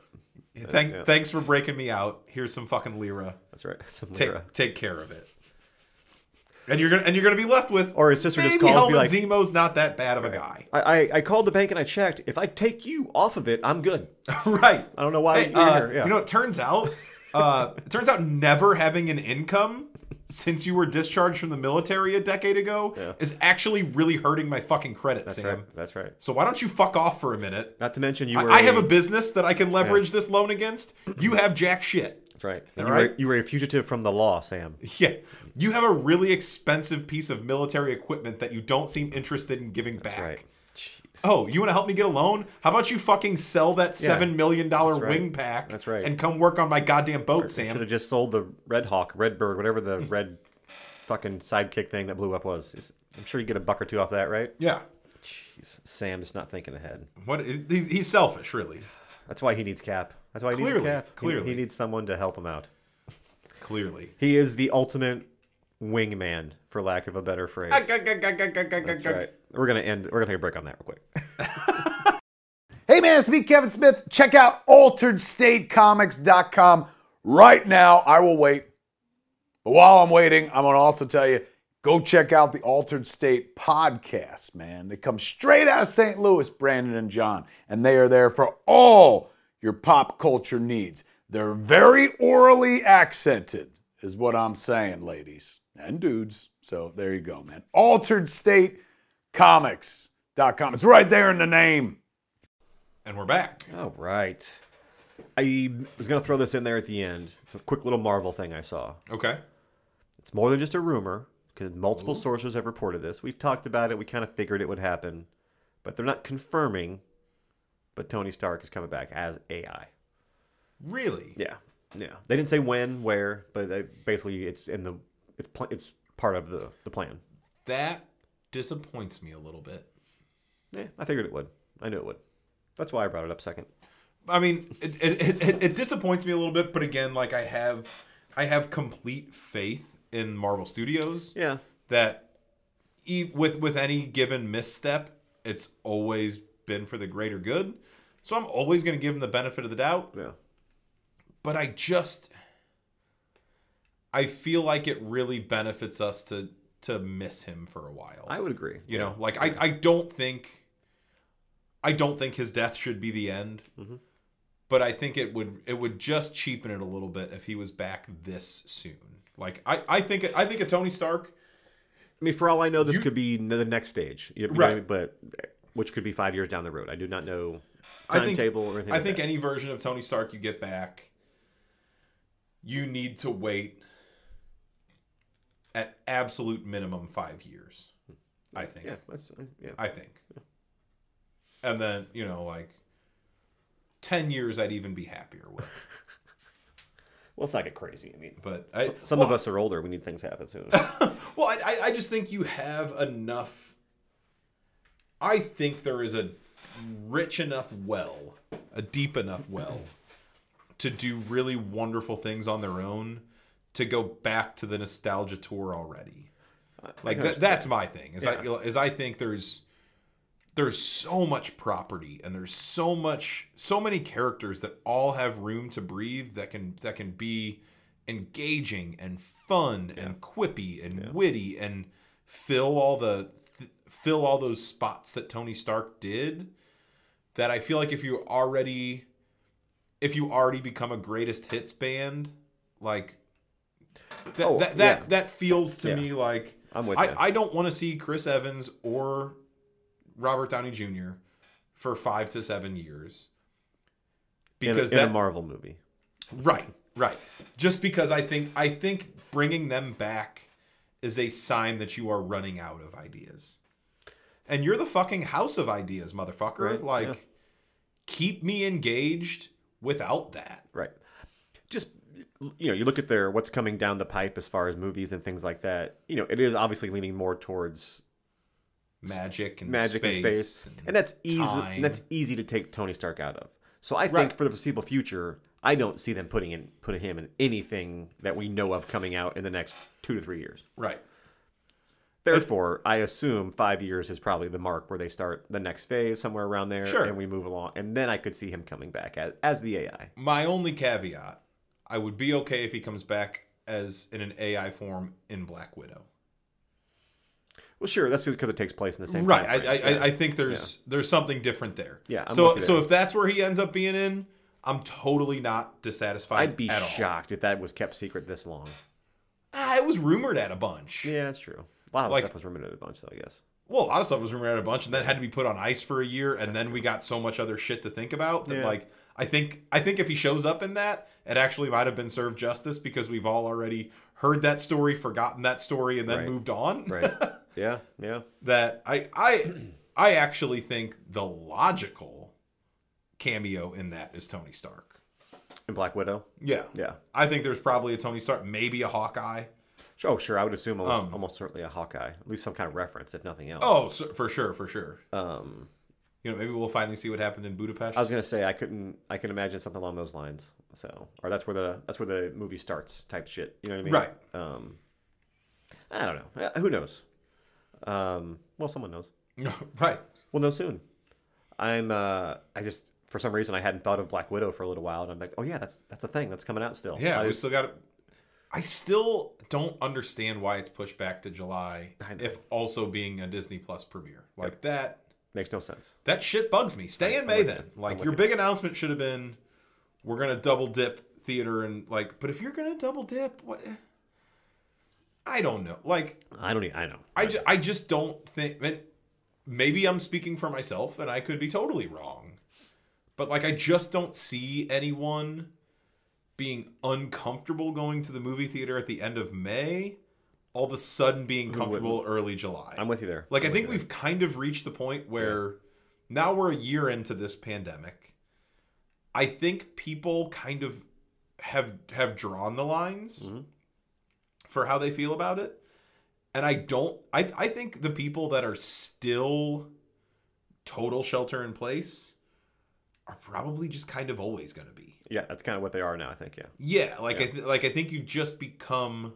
Thank, Thanks for breaking me out. Here's some fucking lira.
That's right. Some
Take
Lyra.
take care of it. And you're gonna and you're gonna be left with
Or his sister just
maybe
calls me like-
Helmet Zemo's not that bad of a guy,
I, I I called the bank and I checked. If I take you off of it, I'm good.
right?
I don't know why
Hey,
you're
uh,
here. Yeah.
You know, it turns out, uh, it turns out never having an income since you were discharged from the military a decade ago is actually really hurting my fucking credit, Sam.
That's right. That's right.
So why don't you fuck off for a minute?
Not to mention you
I,
were.
I have a business that I can leverage this loan against. You have jack shit.
That's right.
All
And you, Were,
right.
you were a fugitive from the law, Sam.
Yeah. You have a really expensive piece of military equipment that you don't seem interested in giving back.
Right. Jeez.
Oh, you want to help me get a loan? How about you fucking sell that seven million dollar
right.
wing pack?
That's right.
And come work on my goddamn boat,
Should
Sam.
have just sold the Red Hawk, Red Bird, whatever the
Mm.
red fucking sidekick thing that blew up was. It's- I'm sure you get a buck or two off that, right?
Yeah.
Jeez. Sam just not thinking ahead.
What? He's, he's selfish, really.
That's why he needs Cap. That's why he needs
Clearly,
Cap. He-
clearly.
he needs someone to help him out.
Clearly.
He is the ultimate wingman, for lack of a better phrase. That's right. We're gonna end. We're gonna take a break on that real quick.
Hey man, it's me, Kevin Smith. Check out alteredstatecomics.com right now. I will wait. But while I'm waiting, I'm going to also tell you go check out the Altered State podcast, man. They come straight out of St. Louis, Brandon and John, and they are there for all your pop culture needs. They're very orally accented, is what I'm saying, ladies and dudes. So there you go, man. AlteredStateComics.com. It's right there in the name.
And we're back.
All right. I was gonna throw this in there at the end. It's a quick little Marvel thing I saw.
Okay.
It's more than just a rumor because multiple sources have reported this. We've talked about it. We kind of figured it would happen, but they're not confirming. But Tony Stark is coming back as AI.
Really?
Yeah, yeah. They didn't say when, where, but they, basically it's in the it's pl- it's part of the the plan.
That disappoints me a little bit.
Yeah, I figured it would. I knew it would. That's why I brought it up second.
I mean, it, it, it, it, it disappoints me a little bit, but again, like I have, I have complete faith in Marvel Studios.
Yeah,
That, e- with with any given misstep, it's always been for the greater good. So I'm always going to give them the benefit of the doubt.
yeah.
but I just I feel like it really benefits us to to miss him for a while.
I would agree.
you know, like I I don't think I don't think his death should be the end. But I think it would it would just cheapen it a little bit if he was back this soon. Like I I think I think of Tony Stark
I mean, for all I know, this
You-
could be n- the next stage, you know what I
Right.
mean? But which could be five years down the road. I do not know
I think-
timetable or anything.
I
like
think
that.
any version of Tony Stark you get back, you need to wait at absolute minimum five years. I think.
yeah, that's
uh,
yeah.
I think. And then, you know, like 10 years I'd even be happier with.
Well, it's not get crazy. I mean,
But I,
some
well,
of us are older. We need things to happen soon.
Well, I, I- I just think you have enough. I think there is a rich enough well, a deep enough well, to do really wonderful things on their own, to go back to the nostalgia tour already. Like that, that's my thing. Is I is I think there's there's so much property and there's so much so many characters that all have room to breathe that can that can be engaging and fun and quippy and witty and fill all the th- fill all those spots that Tony Stark did that I feel like if you already if you already become a greatest hits band like that
Oh,
that, that,
yeah.
that feels to
Yeah.
me like
I'm with
I,
ya.
I don't want to see Chris Evans or Robert Downey Jr. for five to seven years
in, a,
because
in a
that
Marvel movie.
right right just because I think I think bringing them back is a sign that you are running out of ideas and you're the fucking house of ideas motherfucker
Right,
like
yeah.
keep me engaged without that
Right. Just you know, you look at their what's coming down the pipe as far as movies and things like that. You know, it is obviously leaning more towards
magic and
magic
space
and space,
and-
and that's easy.
time.
And that's easy to take Tony Stark out of. So I think
Right.
for the foreseeable future, I don't see them putting in putting him in anything that we know of coming out in the next two to three years.
right
Therefore, I assume five years is probably the mark where they start the next phase, somewhere around there,
Sure.
and we move along. And then I could see him coming back as as the AI.
My only caveat, I would be okay if he comes back as in an AI form in Black Widow.
Well, sure, that's because it takes place in the same
Right.
timeframe.
I, I,
Yeah.
I I think there's there's something different there.
Yeah, I'm
so
with you
so
there.
if that's where he ends up being in, I'm totally not dissatisfied.
I'd be
at all.
shocked if that was kept secret this long.
Ah, it was rumored at a bunch.
Yeah, that's true. A lot of
Like-
stuff was rumored a bunch, though. I guess.
Well, a lot of stuff was rumored at a bunch, and then had to be put on ice for a year, and then we got so much other shit to think about that
Yeah.
like. I think I think if he shows up in that, it actually might have been served justice because we've all already heard that story, forgotten that story, and then
Right.
moved on.
Right. yeah. Yeah.
that I I I actually think the logical cameo in that is Tony Stark.
And Black Widow.
Yeah.
Yeah.
I think there's probably a Tony Stark, maybe a Hawkeye.
Oh, sure. I would assume almost,
Um,
almost certainly a Hawkeye, at least some kind of reference, if nothing else.
Oh, so, for sure, for sure.
Um,
You know, maybe we'll finally see what happened in Budapest.
I was gonna say I couldn't. I can imagine something along those lines. So, or that's where the that's where the movie starts, type shit. You know what I mean?
Right.
Um, I don't know. Uh, Who knows? Um, well, someone knows.
right.
We'll know soon. I'm. Uh, I just for some reason I hadn't thought of Black Widow for a little while, and I'm like, oh yeah, that's that's a thing that's coming out still.
Yeah,
I
we
just-
still got it. I still don't understand why it's pushed back to July
I know.
if also being a Disney Plus premiere. Like that
makes no sense.
that shit bugs me. Stay in May
with you.
then.
I'm
Like
with
your
you.
big announcement should have been, we're gonna double dip theater and like. But if you're gonna double dip, what? I don't know. Like
I don't. e- I know.
I, ju- I just don't think. And maybe I'm speaking for myself, and I could be totally wrong. But like, I just don't see anyone being uncomfortable going to the movie theater at the end of May. All of a sudden, being comfortable early July.
I'm with you there.
Like I
I'm with
think
you
we've kind of reached the point where now we're a year into this pandemic. I think people kind of have have drawn the lines for how they feel about it. And I don't I I think the people that are still total shelter in place are probably just kind of always going to be.
there. yeah, that's kind of what they are now. I think. Yeah.
Yeah, like
Yeah.
I th- like I think you just become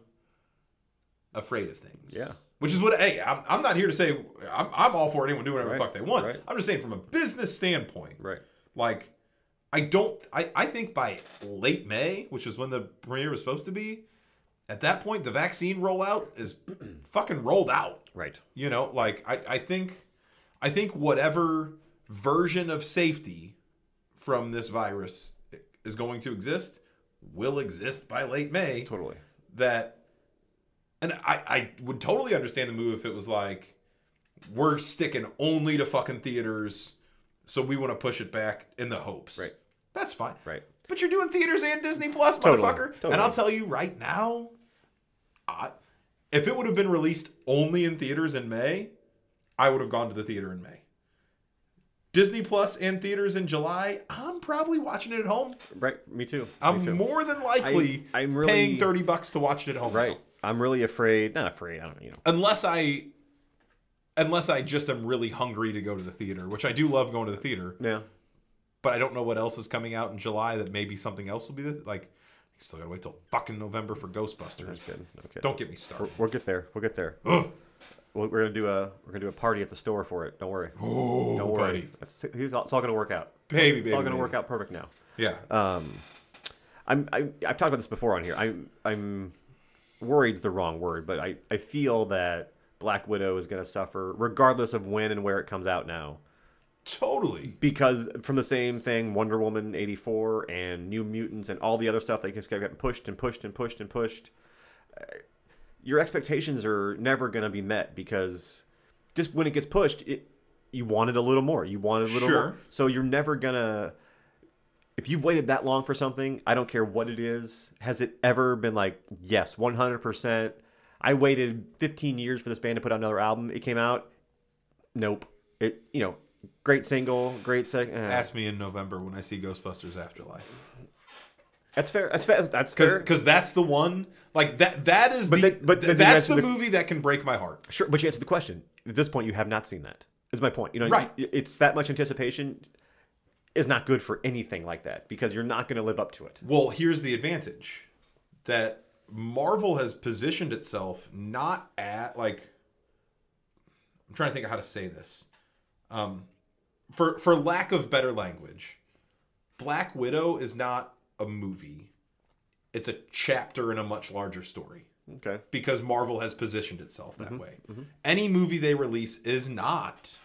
afraid of things.
Yeah.
Which is what hey, I'm, I'm not here to say I'm, I'm all for anyone doing whatever the
Right,
fuck they want.
right.
I'm just saying from a business standpoint,
Right.
like I don't I, I think by late May, which is when the premiere was supposed to be, at that point the vaccine rollout is fucking rolled out.
Right.
You know, like I, I think I think whatever version of safety from this virus is going to exist will exist by late May.
Totally.
That and I, I would totally understand the move if it was like we're sticking only to fucking theaters, so we want to push it back in the hopes.
Right.
That's fine.
Right.
But you're doing theaters and Disney Plus,
Totally,
motherfucker.
totally.
And I'll tell you right now, I, if it would have been released only in theaters in May, I would have gone to the theater in May. Disney Plus and theaters in July, I'm probably watching it at home.
Right. Me too. Me
I'm
too.
more than likely
I- I'm really-
paying 30 bucks to watch it at home.
Right. I'm really afraid. Not afraid. I don't. You know.
Unless I unless I just am really hungry to go to the theater, which I do love going to the theater.
Yeah.
But I don't know what else is coming out in July that maybe something else will be the, like. I still gotta wait till fucking November for Ghostbusters.
Good. Okay.
Don't get me started.
We'll get there. We'll get there. We'll- We're gonna do a we're gonna do a party at the store for it. Don't worry.
Oh,
Don't worry. It's, it's all, it's all gonna work out.
baby, baby.
It's all gonna
baby.
work out Uh, perfect now.
Yeah,
I'm I, I've talked about this before on here. I'm I'm worried's the wrong word, but I I feel that Black Widow is gonna suffer regardless of when and where it comes out now.
totally.
because from the same thing, Wonder Woman '84 and New Mutants and all the other stuff that keeps getting pushed and pushed and pushed and pushed, uh, your expectations are never going to be met because just when it gets pushed, it you wanted a little more, you wanted a little
Sure.
more, so you're never gonna. If you've waited that long for something, I don't care what it is, has it ever been like yes, 100 percent? I waited 15 years for this band to put out another album. It came out. Nope. It you know, great single, great sec. eh.
Ask me in November when I see Ghostbusters Afterlife,
That's fair. That's fair. That's fair.
because that's the one. Like that. That is the.
then- but then you
that's
answer
the
the-
movie that can break my heart.
Sure, but you answered the question. At this point, you have not seen that. Is my point. You know,
Right.
y- It's that much anticipation is not good for anything like that because you're not going to live up to it.
Well, here's the advantage that Marvel has positioned itself not at like I'm trying to think of how to say this. Um for for lack of better language, Black Widow is not a movie. It's a chapter in a much larger story
Okay.
because Marvel has positioned itself that way. Any movie they release is not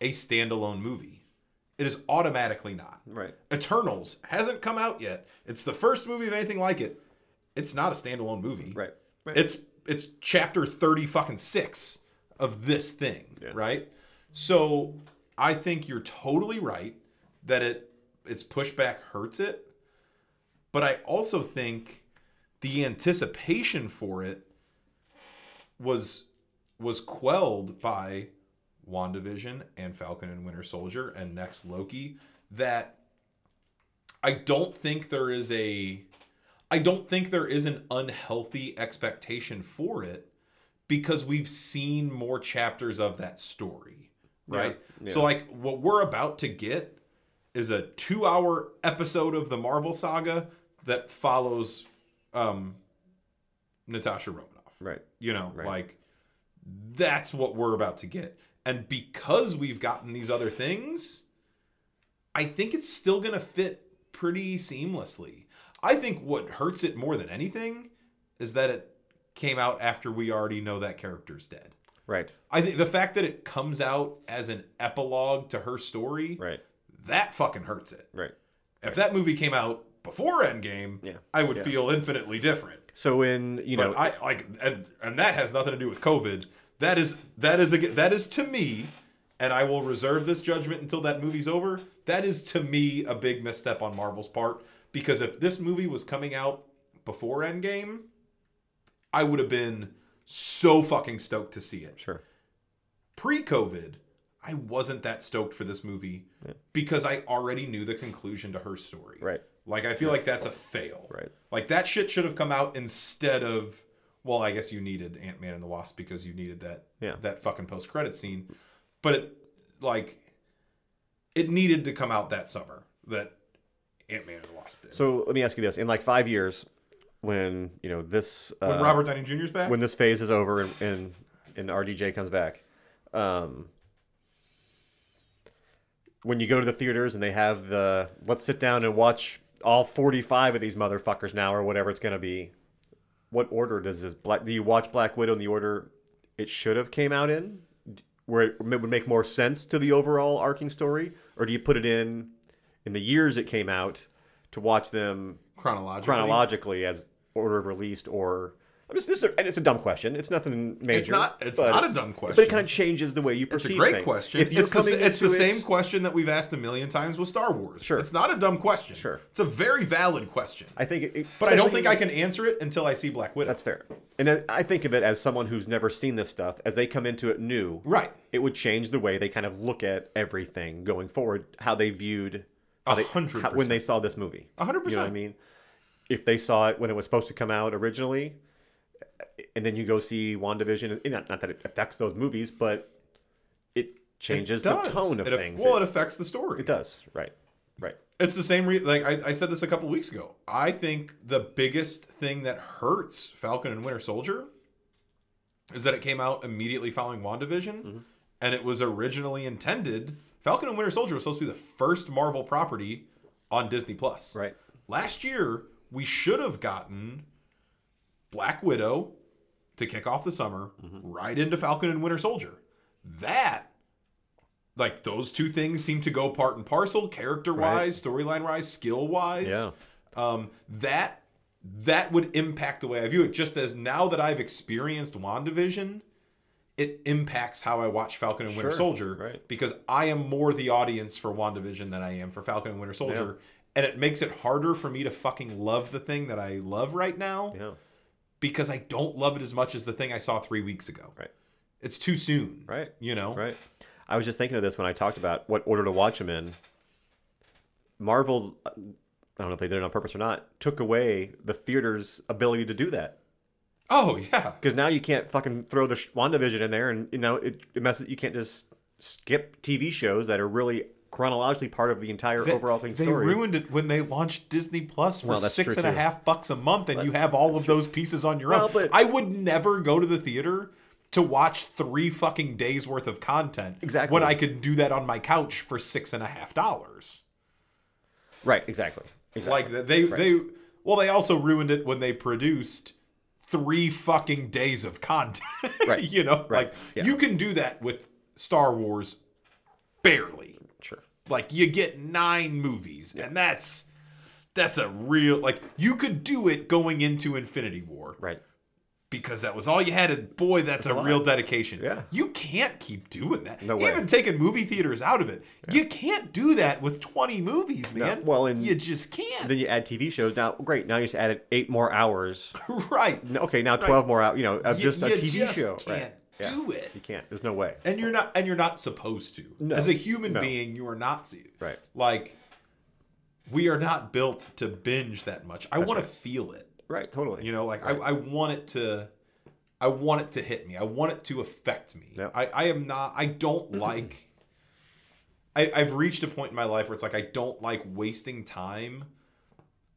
a standalone movie. It is automatically not.
Right.
Eternals hasn't come out yet. It's the first movie of anything like it. It's not a standalone movie.
Right. Right.
It's it's chapter 30 fucking 6 of this thing, right? So I think you're totally right that it its pushback hurts it, but I also think the anticipation for it was was quelled by WandaVision and Falcon and Winter Soldier and next Loki that I don't think there is a I don't think there is an unhealthy expectation for it because we've seen more chapters of that story, right? So like what we're about to get is a 2-hour episode of the Marvel saga that follows um Natasha Romanoff.
Right.
You know, like that's what we're about to get. And because we've gotten these other things, I think it's still going to fit pretty seamlessly. I think what hurts it more than anything is that it came out after we already know that character's dead.
Right.
I think the fact that it comes out as an epilogue to her story,
Right.
that fucking hurts it.
Right.
If that movie came out before Endgame,
Yeah.
I would feel infinitely different.
So in you know
But I like and, and that has nothing to do with COVID. That is that is a that is to me, and I will reserve this judgment until that movie's over. That is to me a big misstep on Marvel's part because if this movie was coming out before Endgame, I would have been so fucking stoked to see it.
sure.
Pre-COVID, I wasn't that stoked for this movie because I already knew the conclusion to her story.
Right.
Like I feel like that's a fail.
Right.
Like that shit should have come out instead of well, I guess you needed Ant Man and the Wasp because you needed that
Yeah.
that fucking post credit scene. But it like it needed to come out that summer that Ant Man and the Wasp did.
So let me ask you this: in like five years, when you know this, uh,
when Robert Downey Jr.'s back?
when this phase is over and and, and RDJ comes back, um, when you go to the theaters and they have the let's sit down and watch all forty five of these motherfuckers now or whatever it's gonna be, what order does this black? Do you watch Black Widow in the order it should have came out in, where it would make more sense to the overall arcing story, or do you put it in in the years it came out to watch them
chronologically.
chronologically as order of released or I mean, this is a, and it's a dumb question. It's nothing major.
not- it's
but
not a dumb
But
question.
it kind of changes the way you
It's
perceive.
a great
things.
question.
If you're
it's the,
coming
it's the
into it-
same question that we've asked a million times with Star Wars.
Sure.
It's not a dumb question.
Sure.
It's a very valid question.
I think, it, it-
but I don't
especially-
think I can answer it until I see Black Widow.
That's fair. And I- I think of it as someone who's never seen this stuff. As they come into it new,
right.
it would change the way they kind of look at everything going forward, how they viewed how
A
they,
hundred
how- when they saw this movie.
A hundred
You know what I
percent.
mean? If they saw it when it was supposed to come out originally, and then you go see WandaVision, and not, not that it affects those movies, but it changes
It
the
does.
tone of
It aff-
things.
Well, it,
it,
affects the story.
it does. Right. Right.
It's the same reason. Like I, I said this a couple weeks ago. I think the biggest thing that hurts Falcon and Winter Soldier is that it came out immediately following WandaVision,
Mm-hmm.
and it was originally intended. Falcon and Winter Soldier was supposed to be the first Marvel property on Disney Plus.
Right.
Last year, we should have gotten Black Widow to kick off the summer, right into Falcon and Winter Soldier. That like those two things seem to go part and parcel character wise storyline wise skill wise
Yeah.
um, that that would impact the way i view it just as now that i've experienced wandavision it impacts how i watch falcon and winter
Sure,
soldier
right.
because i am more the audience for wandavision than i am for falcon and winter soldier and it makes it harder for me to fucking love the thing that i love right now
Yeah.
because i don't love it as much as the thing i saw three weeks ago
Right.
it's too soon
Right.
you know
Right. I was just thinking of this when I talked about what order to watch them in. Marvel, uh, I don't know if they did it on purpose or not, took away the theater's ability to do that.
oh yeah
Because now you can't fucking throw the sh- WandaVision in there, and you know it, it messes. You can't just skip TV shows that are really chronologically part of the entire overall thing
They
story.
ruined it when they launched Disney Plus for
Well, that's
six
true,
and a half
too.
bucks a month, and you have all of those pieces on your
Well,
own.
but-
I would never go to the theater to watch three fucking days worth of content.
Exactly.
When I could do that on my couch for six and a half dollars.
right? Exactly. Exactly.
Like th- they they well, they also ruined it when they produced three fucking days of content.
Right.
you know,
Right.
like
Yeah.
you can do that with Star Wars barely
sure.
like you get nine movies and that's that's a real like you could do it going into infinity war
Right.
because that was all you had and boy that's, a, real dedication
Yeah.
you can't keep doing that
No way.
even taking movie theaters out of it you can't do that with 20 movies man
well, and-
you just can't
Then you add TV shows. Now, great. Now you just added eight more hours.
right
No, Okay, now twelve more hours. You know, of
You-
just a
you
TV
just
show. right.
can't do it.
You can't. There's no way.
and you're not and you're not supposed to as a human being you are not to.
Right.
like we are not built to binge that much i want to feel it
Right. Totally.
You know, like I, I want it to I want it to hit me. I want it to affect me.
Yep.
I, I am not I don't like I, I've reached a point in my life where it's like I don't like wasting time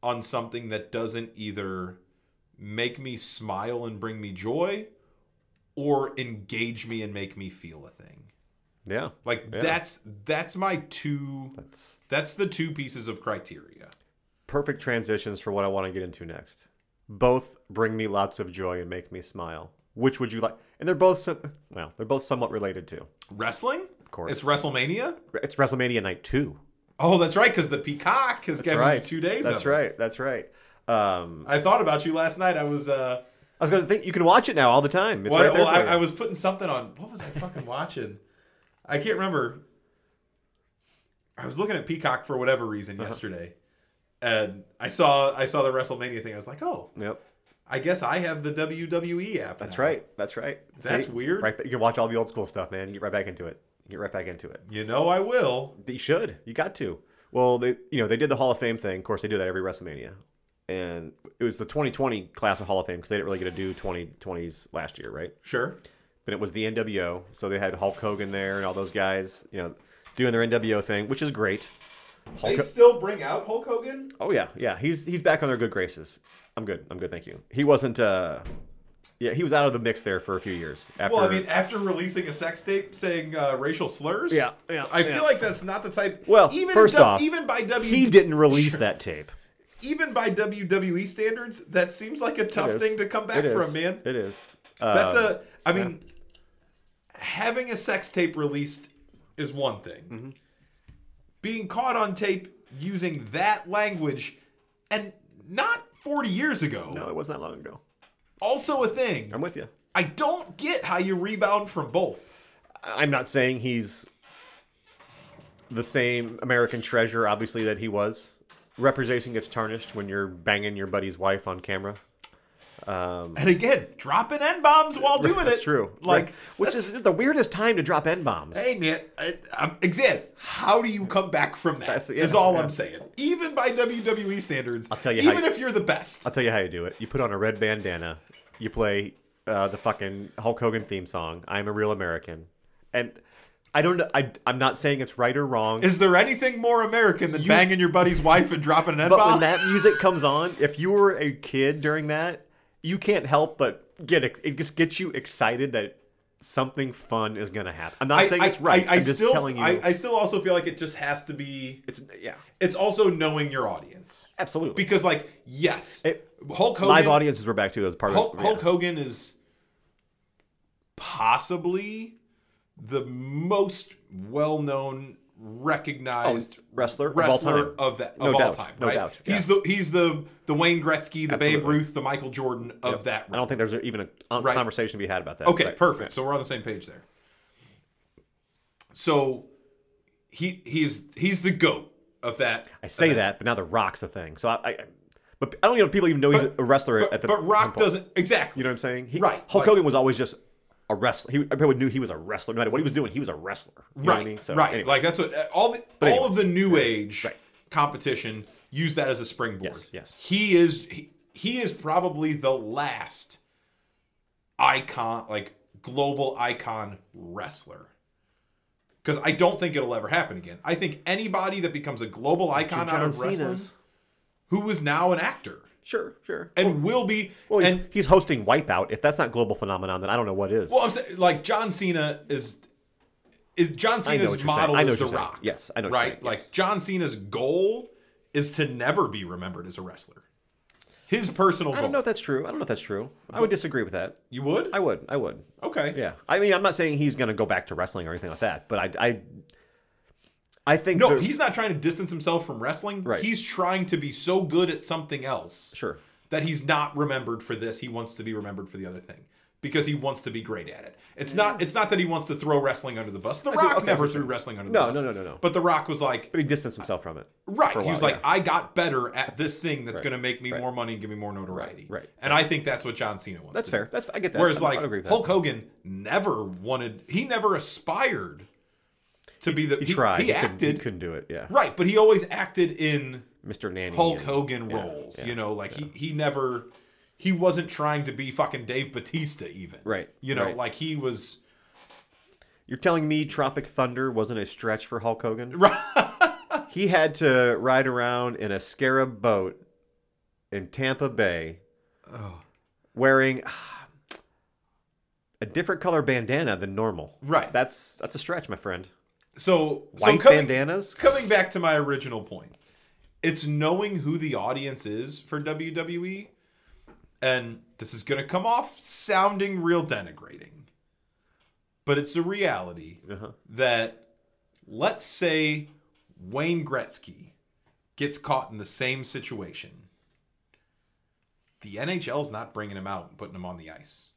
on something that doesn't either make me smile and bring me joy or engage me and make me feel a thing.
Yeah.
Like
Yeah.
that's that's my two
That's
that's the two pieces of criteria.
perfect transitions for what I want to get into next. Both bring me lots of joy and make me smile. Which would you like? And they're both some, well, they're both somewhat related to.
Wrestling? Of
course.
It's WrestleMania?
It's WrestleMania night two.
Oh, that's right, because the peacock has
That's
given
right.
you two days.
That's
of it.
right. That's right. Um,
I thought about you last night. I was, uh,
I was gonna think you can watch it now all the time. It's
well,
right there.
well,
for
I,
you.
I was putting something on. What was I fucking watching? I can't remember. I was looking at Peacock for whatever reason
Uh-huh.
yesterday, and I saw I saw the WrestleMania thing. I was like, oh,
Yep.
I guess I have the WWE app.
That's
now.
right. That's right.
That's
See?
weird.
Right. You can watch all the old school stuff, man. You get right back into it. You get right back into it.
You know I will.
You should. You got to. Well, they you know they did the Hall of Fame thing. Of course, they do that every WrestleMania, and it was the 2020 class of Hall of Fame because they didn't really get to do 2020s last year, right?
Sure.
But it was the NWO, so they had Hulk Hogan there and all those guys, you know, doing their NWO thing, which is great.
They
Hulk, Ho-
still bring out Hulk Hogan.
oh yeah, yeah, he's he's back on their good graces. I'm good. I'm good. Thank you. He wasn't. uh Yeah, he was out of the mix there for a few years. After,
Well, I mean, after releasing a sex tape saying uh, racial slurs,
Yeah, yeah,
I
yeah.
feel like that's not the type.
Well,
even
first
du-
off,
even by W,
he didn't release that tape.
even by WWE standards, that seems like a
It
tough
is.
thing to come back
It is.
from, man.
It is.
That's
Um,
a, I mean, having a sex tape released is one thing.
Mm-hmm.
Being caught on tape using that language, and not 40 years ago,
no. It wasn't that long ago.
also a thing.
I'm with you.
I don't get how you rebound from both.
I'm not saying he's the same American treasure, obviously, that he was. Representation gets tarnished when you're banging your buddy's wife on camera.
And again, dropping N bombs while doing it.
That's true.
Like,
Right. which
that's-
is the weirdest time to drop N bombs.
Hey man, I, I'm, again, how do you come back from that? Is
That's- yeah,
all
yeah.
I'm saying. Even by WWE standards, I'll
tell you how
Even
you-
if you're the best,
I'll tell you how you do it. You put on a red bandana. You play uh, the fucking Hulk Hogan theme song. I'm a real American, and I don't. I I'm not saying it's right or wrong.
Is there anything more American than banging your buddy's wife and dropping an N
but when
bomb?
that music comes on, if you were a kid during that, you can't help but get ex- it. Just gets you excited that something fun is gonna happen. I'm not saying it's right.
I, I
am just
still,
telling you.
I, I still also feel like it just has to be.
it's yeah,
It's also knowing your audience
absolutely.
because, like, yes,
It-
Hulk Hogan.
Live audiences were back too as part
Hulk,
of
Hulk
yeah.
Hogan is possibly the most well-known, recognized
Oh, wrestler of all
wrestler
time.
of that of
No
all
doubt,
time.
no
right?
doubt,
He's the he's the the Wayne Gretzky, the Babe
Absolutely.
Ruth, the Michael Jordan of that.
I don't think there's even a uh,
Right.
conversation to be had about that.
Okay,
Right.
perfect. So we're on the same page there. So he he's he's the goat of that.
I say that, but now the Rock's a thing. So I, I but I don't even know if people even know he's a wrestler
But,
at the.
but Rock
point.
doesn't exactly.
You know what I'm saying? He,
Right,
Hulk
like-
Hogan was always just a wrestler. He people knew he was a wrestler. No matter what he was doing, he was a wrestler. You know what I
right.
mean? So,
right.
anyway.
Like that's what uh, all the all
anyway.
of the new age
right.
competition use that as a springboard.
Yes, yes.
He is he, he is probably the last icon like global icon wrestler. Because I don't think it'll ever happen again. I think anybody that becomes a global icon out
John
of wrestling,
Cena's.
who is now an actor,
Sure, sure.
and will be.
Well, he's,
and
he's hosting Wipeout. If that's not global phenomenon, then I don't know what is.
well, I'm saying like John Cena is. Is John
I know
Cena's
what you're saying.
model
I know
is The
what you're saying.
Rock?
Yes, I know what you're
Right,
saying,
like John Cena's goal is to never be remembered as a wrestler. His personal
I
goal.
don't know if that's true. I don't know if that's true. I would disagree with that.
You would?
I would. I would.
okay.
Yeah. I mean, I'm not saying he's going to go back to wrestling or anything like that, but I, I, I think
No,
there-
he's not trying to distance himself from wrestling.
Right.
He's trying to be so good at something else
sure.
that he's not remembered for this. He wants to be remembered for the other thing because he wants to be great at it. It's not. It's not that he wants to throw wrestling under the bus. The
see- okay, Mm.
Rock
I see
never
what you're
threw
saying.
wrestling under
No,
the bus.
no, no, no, no.
But The Rock was like,
But he distanced himself from it.
Right.
for a
he was
while,
like, I got better at this thing that's going to make me
right.
more money and give me more notoriety.
Right, right.
And I think that's what John Cena wants.
That's
to
fair.
do.
That's I get that.
Whereas,
I-
like,
I agree with that.
Hulk Hogan never wanted, he never aspired to be the.
he, tried.
He
couldn't-
acted.
couldn't do it. Yeah.
right. But he always acted in
Mr. Nanny.
Hulk
and-
Hogan roles. You know, like, he, he never, he wasn't trying to be fucking Dave Batista, even.
Right,
You know,
right.
like, he was.
You're telling me Tropic Thunder wasn't a stretch for Hulk Hogan? he had to ride around in a scarab boat in Tampa Bay Oh. wearing ah, a different color bandana than normal.
Right.
That's that's a stretch, my friend.
So, so
White
coming,
bandanas?
coming back to my original point, it's knowing who the audience is for WWE, and this is going to come off sounding real denigrating, but it's a reality
Uh-huh.
that let's say Wayne Gretzky gets caught in the same situation. The NHL's not bringing him out and putting him on the ice.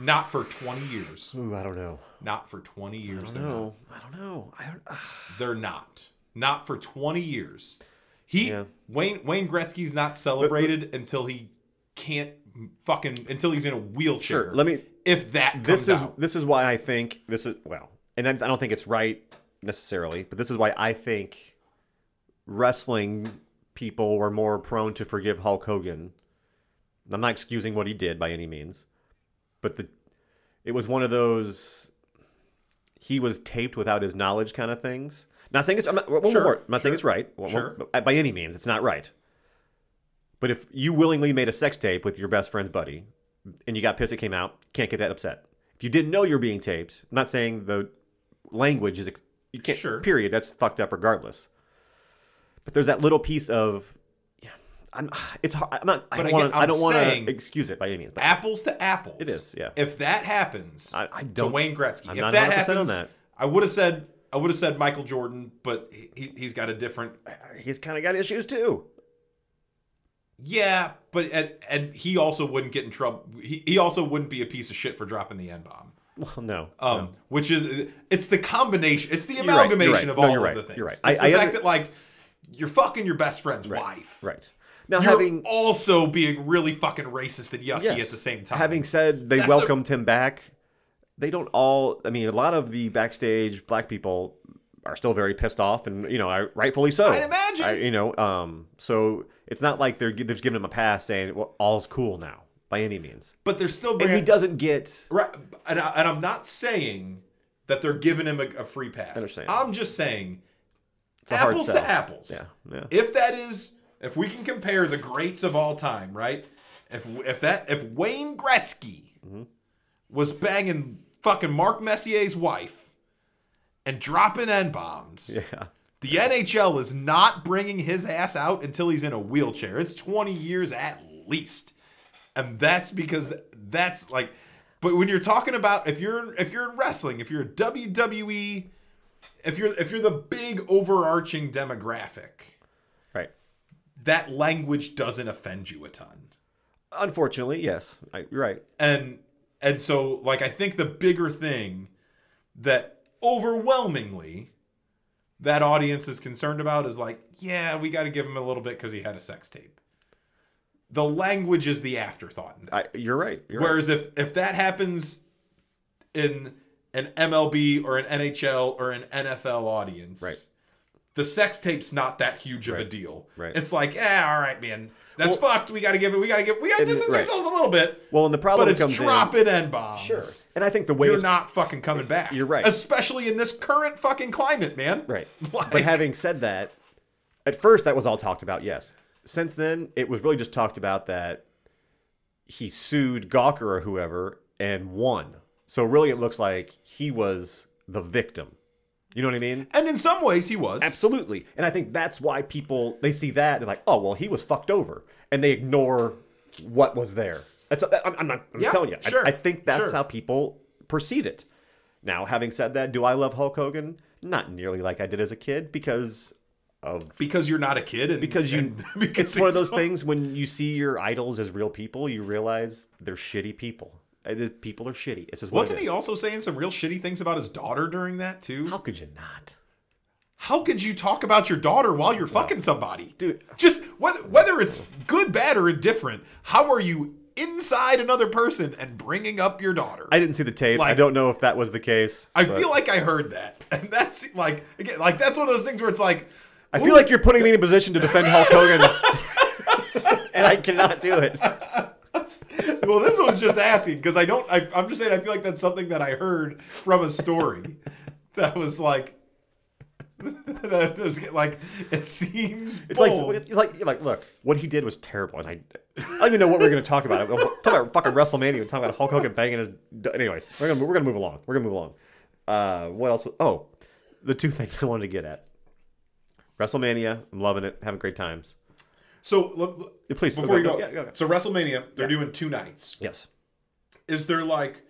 Not for 20 years.
Ooh, I don't know.
Not for 20 years. they're not
No, I don't know. I don't. ah.
they're not. Not for 20 years. He
Yeah.
Wayne Wayne Gretzky's not celebrated until he can't fucking until he's in a wheelchair.
Sure, let me-
If that comes
this is
out.
this is why I think this is well, and I, I don't think it's right necessarily, but this is why I think wrestling people were more prone to forgive Hulk Hogan. And I'm not excusing what he did by any means, but the it was one of those he was taped without his knowledge kind of things. Not saying it's I'm not, one more
Sure,
word. I'm not saying it's right. One- one- by any means, it's not right. But if you willingly made a sex tape with your best friend's buddy and you got pissed it came out, can't get that upset. If you didn't know you're being taped, I'm not saying the language is ex- you can't
Sure.
period, that's fucked up regardless. But there's that little piece of yeah, I'm it's hard, I'm not I
But
don't
again,
want I
I'm
don't want
saying-
to excuse it by any means. But
apples to apples. It
is, yeah.
If that happens
I- I
to
don't-
Wayne Gretzky,
I'm
if
not
that
100% on
happens,
that.
I would have said I would have said Michael Jordan, but he, he- he's got a different
he's kind of got issues too.
Yeah, but and, and he also wouldn't get in trouble. He, he also wouldn't be a piece of shit for dropping the N bomb.
Well, no.
um, which is it's the combination, it's the
right, you're
amalgamation
right.
of
No,
all
you're
of
right,
the things.
you're right.
It's
I-
the
I
fact
under-
that like you're fucking your best friend's wife,
right. Now
You're
having
also being really fucking racist and yucky
Yes.
at the same time.
Having said they
That's a-
welcomed him back, they don't all. I mean, a lot of the backstage black people are still very pissed off, and you know, I, rightfully so.
I'd imagine.
I- you know, um, so it's not like they're gi- they're just giving him a pass, saying well, all's cool now by any means.
but they're still
And
bringing.
he doesn't get
Right, and, I, and I'm not saying that they're giving him a, a free pass.
understand.
I'm just saying,
a hard
apples
sell.
to apples.
Yeah, yeah.
If that is, if we can compare the greats of all time, right? If if that if Wayne Gretzky
Mm-hmm.
was banging fucking Mark Messier's wife and dropping n bombs,
Yeah.
the NHL is not bringing his ass out until he's in a wheelchair. It's 20 years at least. And that's because that's like but when you're talking about if you're if you're in wrestling, if you're a WWE, if you're if you're the big overarching demographic,
Right.
that language doesn't offend you a ton.
Unfortunately, yes. I, you're right.
and and so like i think the bigger thing that overwhelmingly that audience is concerned about is like yeah we got to give him a little bit because he had a sex tape the language is the afterthought in that.
I, you're right. You're right.
whereas if if that happens in an mlb or an nhl or an nfl audience
Right.
the sex tape's not that huge of a deal
Right.
it's like yeah all right man that's fucked we gotta give it we gotta give we gotta
And-
distance
right.
ourselves a little bit
Well, and the problem
but it's
comes
dropping n bombs.
in. Sure. And I think the way
You're
it's
not fucking coming back.
You're right.
Especially in this current fucking climate, man.
Right.
Like,
but having said that, at first that was all talked about, yes. Since then, it was really just talked about that he sued Gawker or whoever and won. So really it looks like he was the victim. You know what I mean?
and in some ways he was.
Absolutely. And I think that's why people they see that and like, oh well, he was fucked over, and they ignore what was there. That's I'm, I'm not. I'm
Yeah,
just telling you. I-
sure,
I, think that's
sure.
how people perceive it. Now, having said that, do I love Hulk Hogan? Not nearly like I did as a kid because of
Because you're not a kid and
because you
and because
it's one of
he's-
those things when you see your idols as real people, you realize they're shitty people. Uh, the People are shitty. It's just what it
Wasn't he
is.
also saying some real shitty things about his daughter during that too?
How
How,
could you not?
could you talk about your daughter while you're fucking somebody?
Dude.
Just whether whether it's good, bad, or indifferent, how are you inside another person and bringing up your daughter?
I didn't see the tape. I
Like-
don't know if that was the case.
I
but-
feel like I heard that. And that's like again, like that's one of those things where it's like
I feel like you're putting me in a position to defend Hulk Hogan, and I cannot do it.
Well, this was just asking because I don't. I, I'm just saying. I feel like that's something that I heard from a story that was like that was like it seems
It's like,
bold.
it's like, you're like, look, what he did was terrible, and I, I don't even know what we're gonna talk about. Talk about fucking WrestleMania. Talk about Hulk Hogan banging his. Anyways, we're gonna we're gonna move along. We're gonna move along. Uh, what else? Oh, the two things I wanted to get at. WrestleMania, I'm loving it, having great times.
so. Look, look,
Yeah, please,
before
okay,
you go,
yeah, yeah, okay.
so WrestleMania, they're doing two nights.
Yes.
Is there like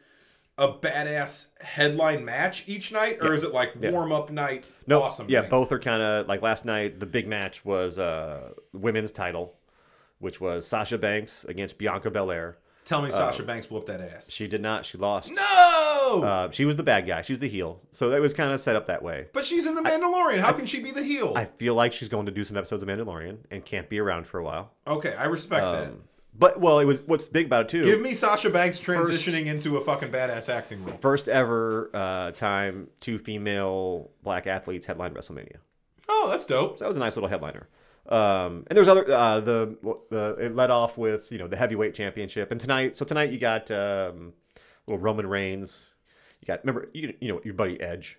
a badass headline match each night, or is it like warm up night?
No,
awesome.
Yeah,
night?
both are kind of like last night. The big match was uh women's title, which was Sasha Banks against Bianca Belair.
Tell me, Sasha Banks whooped that ass.
uh, She did not. She lost.
no,
Uh, she was the bad guy. She was the heel. So that was kind of set up that way.
but she's in the Mandalorian. How can she be the heel?
I feel like she's going to do some episodes of Mandalorian and can't be around for a while.
okay, I respect that.
Um, But well, it was what's big about it too.
Give me Sasha Banks transitioning into a fucking badass acting role.
First ever uh, time two female black athletes headline WrestleMania.
Oh, that's dope.
So that was a nice little headliner. Um, and there's other uh, the the it led off with you know the heavyweight championship and tonight so tonight you got um, little Roman Reigns you got remember you, you know your buddy Edge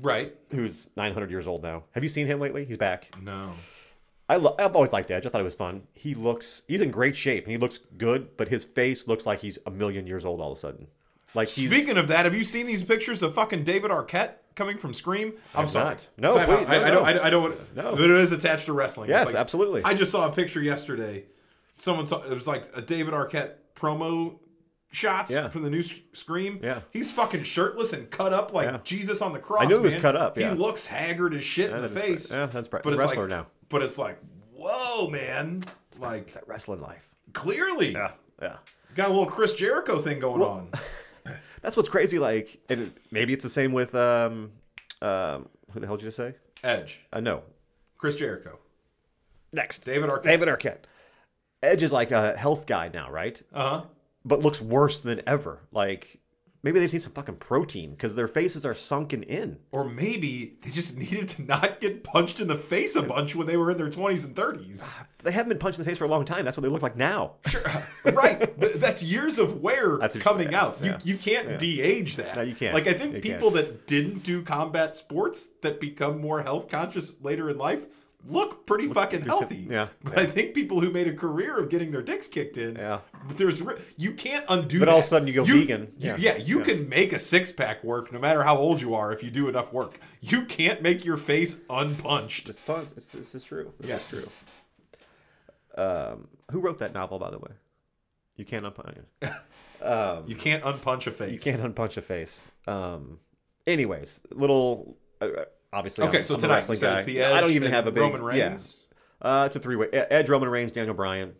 Right.
who's 900 years old now have you seen him lately he's back
No.
I lo- I've always liked Edge I thought it was fun he looks he's in great shape and he looks good but his face looks like he's a million years old all of a sudden like he's
Speaking of that, have you seen these pictures of fucking David Arquette coming from Scream? I'm
have
sorry.
not. No,
Time out.
please,
I,
no,
I don't.
no.
I, I don't.
No.
But it is attached to wrestling. It's
Yes, absolutely.
I just saw a picture yesterday. Someone saw it was like a David Arquette promo shots
Yeah.
from the new S- Scream.
Yeah.
He's fucking shirtless and cut up like
Yeah.
Jesus on the cross.
I knew he was
man.
cut up, yeah.
He looks haggard as shit in the
that is
face.
right. Yeah, that's right.
But it's
Wrestler
like,
now.
But it's like, whoa, man. Like
it's that wrestling life
clearly.
yeah yeah
Got a little Chris Jericho thing going on.
That's what's crazy. Like, and it- maybe it's the same with um, um, who the hell did you just say?
Edge,
Uh, no,
Chris Jericho,
next
David Arquette.
David Arquette. Edge is like a health guy now, right?
Uh huh.
But looks worse than ever. Like Maybe they just need some fucking protein because their faces are sunken in.
Or maybe they just needed to not get punched in the face a bunch when they were in their 20s and 30s.
They haven't been punched in the face for a long time. That's what they look like now.
Sure. right. Th- That's years of wear
That's what you're
coming
saying,
out.
yeah.
You, you can't de-age that.
No, you can't.
Like I think
You
people that didn't do combat sports that become more health conscious later in life look pretty fucking healthy.
yeah,
But I think people who made a career of getting their dicks kicked in,
Yeah.
there's re- you can't undo
But
that.
all of a sudden you go vegan.
you-
Yeah.
yeah, you can make a six pack work no matter how old you are if you do enough work. You can't make your face unpunched.
It's fun. It's, this is true. This
Yeah.
is true. Um, who wrote that novel, by the way? You can't unpunch.
You can't unpunch a face.
You can't unpunch a face. Um, anyways, little. Uh, uh, obviously,
Okay,
I'm,
so
I'm a
tonight you
wrestling
said
guy.
it's the edge.
I don't even
and
have a big
Roman
yeah.
Reigns.
Uh, it's a three way. Edge, Roman Reigns, Daniel Bryan.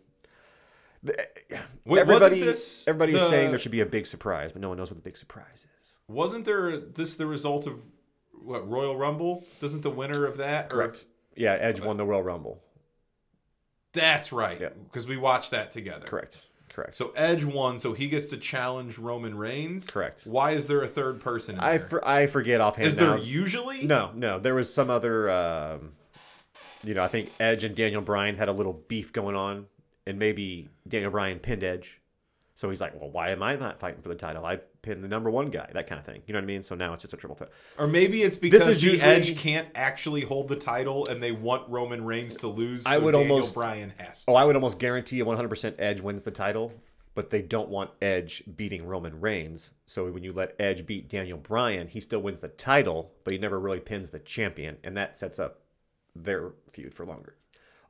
Wait,
everybody,
wasn't this
everybody is
the-
saying there should be a big surprise, but no one knows what the big surprise is.
wasn't there this the result of what Royal Rumble? Doesn't the winner of that or-
Yeah, Edge won the Royal Rumble.
that's right because we watched that together.
Correct. Correct.
So Edge won, so he gets to challenge Roman Reigns.
Correct.
Why is there a third person? In
I,
there?
for, I forget offhand.
is
now.
there usually
No, no. There was some other, um, you know, I think Edge and Daniel Bryan had a little beef going on, and maybe Daniel Bryan pinned Edge. So he's like, well, why am I not fighting for the title? I pinned the number one guy, that kind of thing. You know what I mean? So now it's just a triple threat.
or maybe it's because
is
the
usually-
Edge can't actually hold the title and they want Roman Reigns to lose. So
I would
Daniel
almost-
Bryan has to.
Oh, I would almost guarantee a 100% Edge wins the title, but they don't want Edge beating Roman Reigns. So when you let Edge beat Daniel Bryan, he still wins the title, but he never really pins the champion, and that sets up their feud for longer.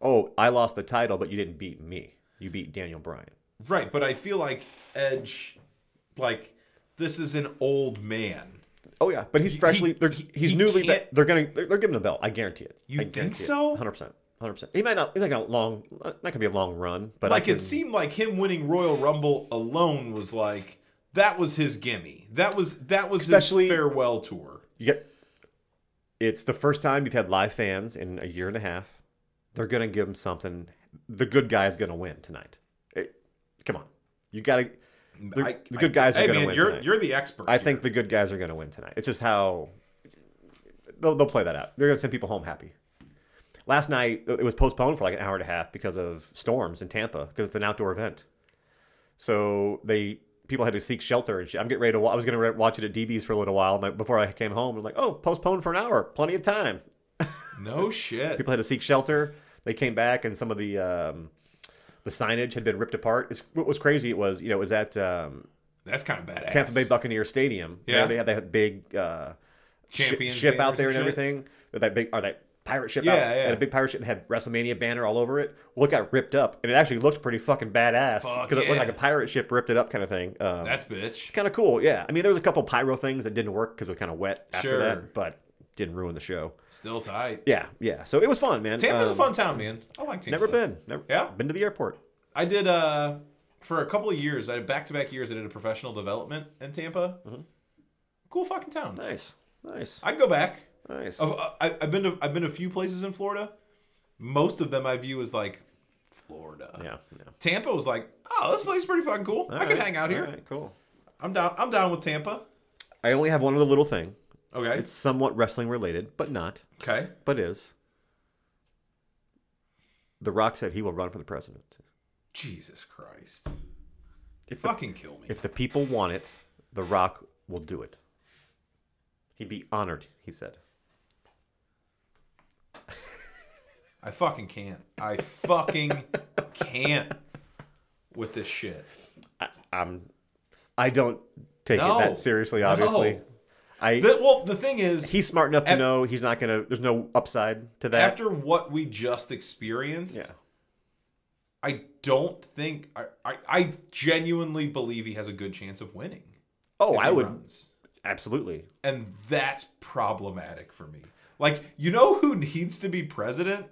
Oh, I lost the title, but you didn't beat me. You beat Daniel Bryan.
Right, but I feel like Edge, like this is an old man.
Oh yeah, but he's freshly they're,
he-
he's
he
newly
can't-
they're gonna they're, they're giving him a belt. I guarantee it.
You
I
think
guarantee it.
so?
100%. 100%. He might not he's not gonna long not gonna be a long run, but
Like
I can,
it seemed like him winning Royal Rumble alone was like that was his gimme. That was that was
Especially-
his farewell tour.
You get it's the first time you've had live fans in a year and a half. They're gonna give him something. The good guy is gonna win tonight. It- come on, you gotta. they're-
I-
the
I-
good guys are
hey
gonna
man,
win
you're
tonight.
you're the expert.
I
here.
think the good guys are gonna win tonight. It's just how they'll they'll play that out. They're gonna send people home happy. Last night it was postponed for like an hour and a half because of storms in Tampa because it's an outdoor event. So they people had to seek shelter and shit. I'm getting ready to. wa- I was gonna re- watch it at DB's for a little while but before I came home. I'm like, oh, postponed for an hour, plenty of time.
no shit.
People had to seek shelter. They came back, and some of the um, the signage had been ripped apart. It's, what was crazy it was, you know, it was at um,
That's kind of badass.
Tampa Bay Buccaneer Stadium. You know,
Yeah.
they had that big uh, shi-
Champions
ship out
banners
there
and
and
shit?
everything. With that big or that pirate ship.
Yeah,
out.
yeah.
They had a big pirate ship and had WrestleMania banner all over it. Well, it got ripped up, and it actually looked pretty fucking badass
Fuck
it looked
yeah.
like a pirate ship ripped it up kind of thing. Um,
That's bitch.
kind of cool. Yeah, I mean, there was a couple pyro things that didn't work because it was kind of wet after
Sure.
that, but didn't ruin the show.
Still tight.
Yeah, yeah. So it was fun, man.
Tampa's a
Um,
fun town, man. I like Tampa.
Never been. Never,
Yeah.
Been to the airport.
I did uh for a couple of years. I did back to back years. I did a professional development in Tampa. Cool fucking town.
Mm-hmm. Nice. Nice.
I'd go back.
Nice.
I've, uh, I- I've been to I've been to a few places in Florida. Most of them I view as like Florida.
yeah. yeah.
Tampa was like, oh, this place is pretty fucking cool. I
All
could
right,
hang out here.
all right, cool.
I'm down. I'm down with Tampa.
I only have one other little thing.
Okay.
It's somewhat wrestling related, but not,
okay.
but is. The Rock said he will run for the president.
Jesus Christ. fucking kill me.
If the people want it, The Rock will do it. He'd be honored, he said.
I fucking can't. I fucking can't with this shit.
I, I'm, I don't take it
No.
that seriously, obviously.
No.
I
The, well, the thing is,
He's smart enough to
Af-
know he's not going to, there's no upside to that.
after what we just experienced,
yeah.
I don't think I, I I genuinely believe he has a good chance of winning.
Oh,
if
I
he
would,
runs.
absolutely.
and that's problematic for me. Like, you know who needs to be president?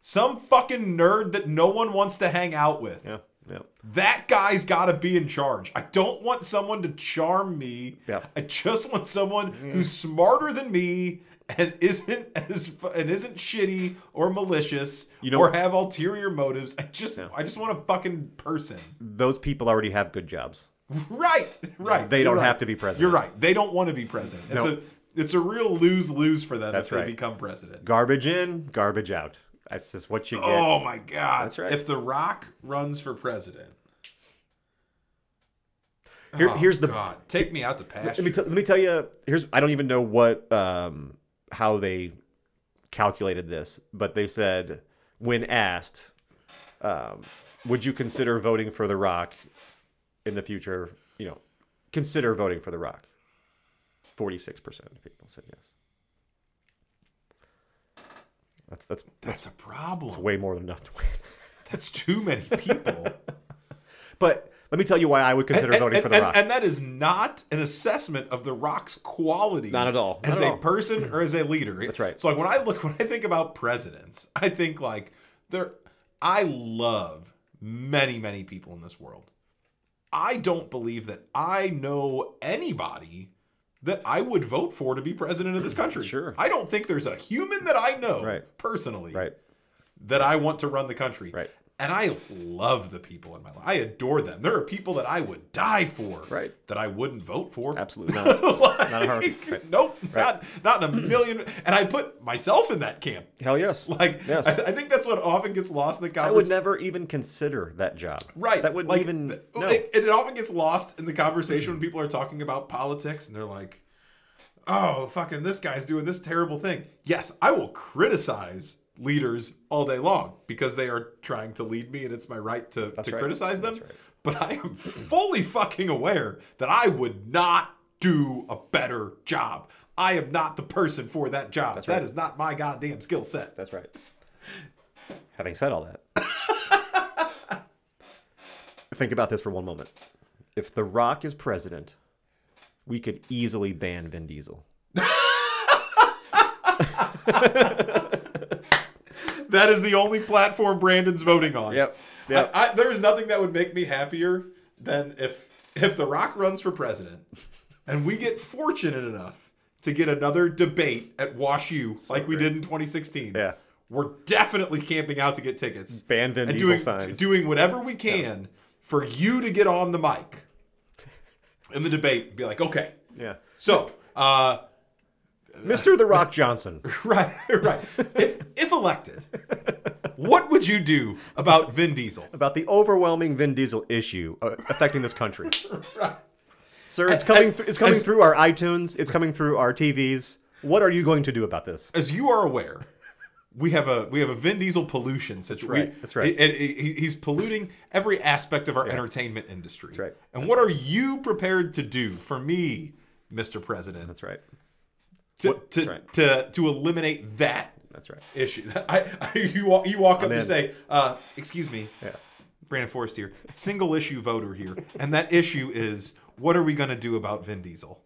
Some fucking nerd that no one wants to hang out with.
Yeah. Yeah.
That guy's got to be in charge. I don't want someone to charm me.
Yeah.
I just want someone who's smarter than me and isn't as fu- and isn't shitty or malicious
You know-
or have ulterior motives. I just I just want a fucking person.
Those people already have good jobs.
Right, right.
They don't
You're right.
have to be president.
You're right. They don't want to be president. It's
No.
a it's a real lose lose for them
That's
if they
right.
become president.
Garbage in, garbage out. That's just what you get.
Oh my god.
That's right.
If The Rock runs for president,
Here-
oh,
here's the
God. Take me out to
let
pasture.
me, t- let me tell you here's i don't even know what um how they calculated this but they said when asked um would you consider voting for the rock in the future you know consider voting for the rock 46% of people said yes that's that's
That's a problem.
way more than enough to win
That's too many people.
but let me tell you why i would consider voting
and,
for the
and-
rock
and that is not an assessment of The Rock's quality.
Not at all. Not
As
at
a
all.
person or as a leader. That's
right.
So like when I look when I think about presidents, I think like there I love many, many people in this world. I don't believe that I know anybody that I would vote for to be president of this country.
Sure.
I don't think there's a human that I know
Right.
personally
right
that I want to run the country.
Right.
And I love the people in my life. I adore them. There are people that I would die for.
Right.
That I wouldn't vote for.
absolutely not
Like,
Not a heartbeat. Right.
Nope. Not not in a million. And I put myself in that camp.
hell yes
Like
Yes.
I, I think that's what often gets lost in the
I would
conversation.
never even consider that job.
Right.
That wouldn't
Like,
even.
th-
no.
It, it often gets lost in the conversation when people are talking about politics and they're like, oh, fucking this guy's doing this terrible thing. Yes, I will criticize leaders all day long because they are trying to lead me and it's my right to, to
right.
criticize them.
That's right.
But I am fully fucking aware that I would not do a better job. I am not the person for that job. That
right.
is not my goddamn skill set.
That's right. Having said all that, think about this for one moment. If The Rock is president, we could easily ban Vin Diesel.
That is the only platform Brandon's voting on.
Yep. Yep.
I, I, there is nothing that would make me happier than if if The Rock runs for president, and we get fortunate enough to get another debate at Wash U like we did in 2016.
Yeah.
We're definitely camping out to get tickets.
Ban Vin
and
Diesel
doing,
signs.
Doing whatever we can for you to get on the mic in the debate. and Be like, okay,
Yeah.
so. Uh,
Mr. The Rock Johnson.
Right, right. If if elected, what would you do about Vin Diesel?
About the overwhelming Vin Diesel issue uh, affecting this country. Sir, it's coming, th- it's coming
As-
through our iTunes, it's coming through our TVs. What are you going to do about this?
As you are aware, we have a we have a Vin Diesel pollution situation.
right, that's right.
And he- he- he's polluting every aspect of our entertainment industry. That's
right.
And what are you prepared to do for me, Mr. President,
That's right.
to to,
right.
to to eliminate that
That's right.
issue? I, I you walk you walk up
in.
and say, uh, "Excuse me,
Yeah.
Brandon Forrest here, single issue voter here, and that issue is what are we going to do about Vin Diesel?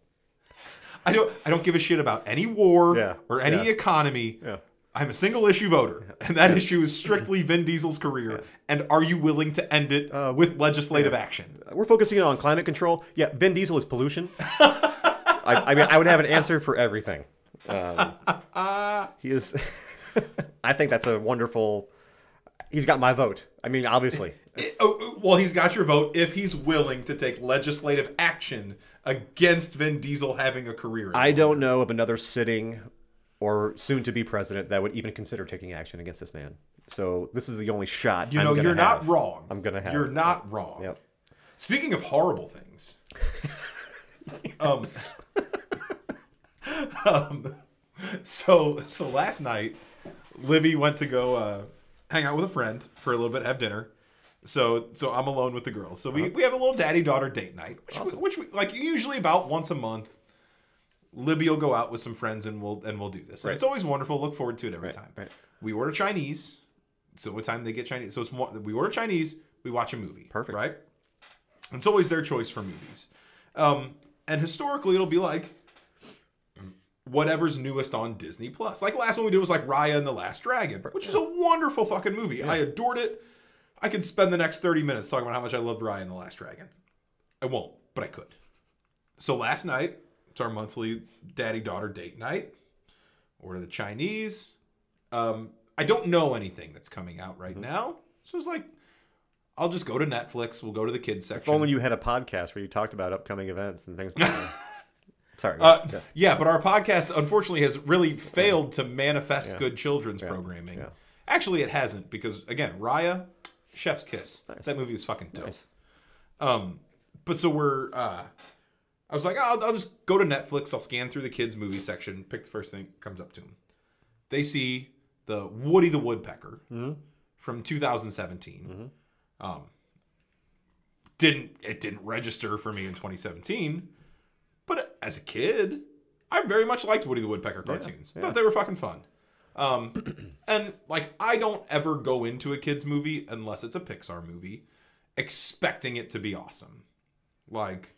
I don't I don't give a shit about any war
Yeah,
or any
yeah.
economy.
Yeah.
I'm a single issue voter, and that issue is strictly Vin Diesel's career. And are you willing to end it
Uh,
with legislative action?
We're focusing on climate control. Yeah, Vin Diesel is pollution. I, I mean, I would have an answer for everything. Um, he is. I think that's a wonderful. He's got my vote. I mean, obviously.
It- oh, oh, well, he's got your vote if he's willing to take legislative action against Vin Diesel having a career.
I don't know of another sitting or soon to be president that would even consider taking action against this man. So this is the only shot.
you
I'm
know,
gonna
you're not
have.
wrong.
I'm gonna have.
You're not wrong.
Yep.
Speaking of horrible things, um, um, so so last night, Livy went to go uh, hang out with a friend for a little bit, have dinner. So so I'm alone with the girls. So
Uh-huh.
we, we have a little daddy daughter date night, which we, which we like usually about once a month. Libby will go out with some friends and we'll and we'll do this. And It's always wonderful. Look forward to it every time.
right.
We order Chinese, so what time they get Chinese? So it's one, we order Chinese, we watch a movie.
Perfect.
right? It's always their choice for movies. Um, and historically, it'll be like whatever's newest on Disney Plus. Like last one we did was like Raya and the Last Dragon, which is a wonderful fucking movie. I adored it. I could spend the next 30 minutes talking about how much I loved Raya and the Last Dragon. I won't, but I could. So last night, it's our monthly daddy daughter date night. Order the Chinese. Um, I don't know anything that's coming out right now. So it's like, I'll just go to Netflix. We'll go to the kids
If
section.
only you had a podcast where you talked about upcoming events and things. Sorry.
Uh,
yes.
Yeah, but our podcast unfortunately has really failed to manifest good children's programming.
Yeah.
Actually, it hasn't because again, Raya, Chef's Kiss. That movie was fucking dope.
Nice.
Um, but so we're. Uh, I was like, "Oh, I'll, I'll just go to Netflix. I'll scan through the kids' movie section, pick the first thing that comes up to them. They see the Woody the Woodpecker
Mm-hmm.
from 2017. Um, didn't it didn't register for me in 2017, but as a kid, I very much liked Woody the Woodpecker cartoons. Thought they were fucking fun. Um, and like I don't ever go into a kids movie unless it's a Pixar movie, expecting it to be awesome. Like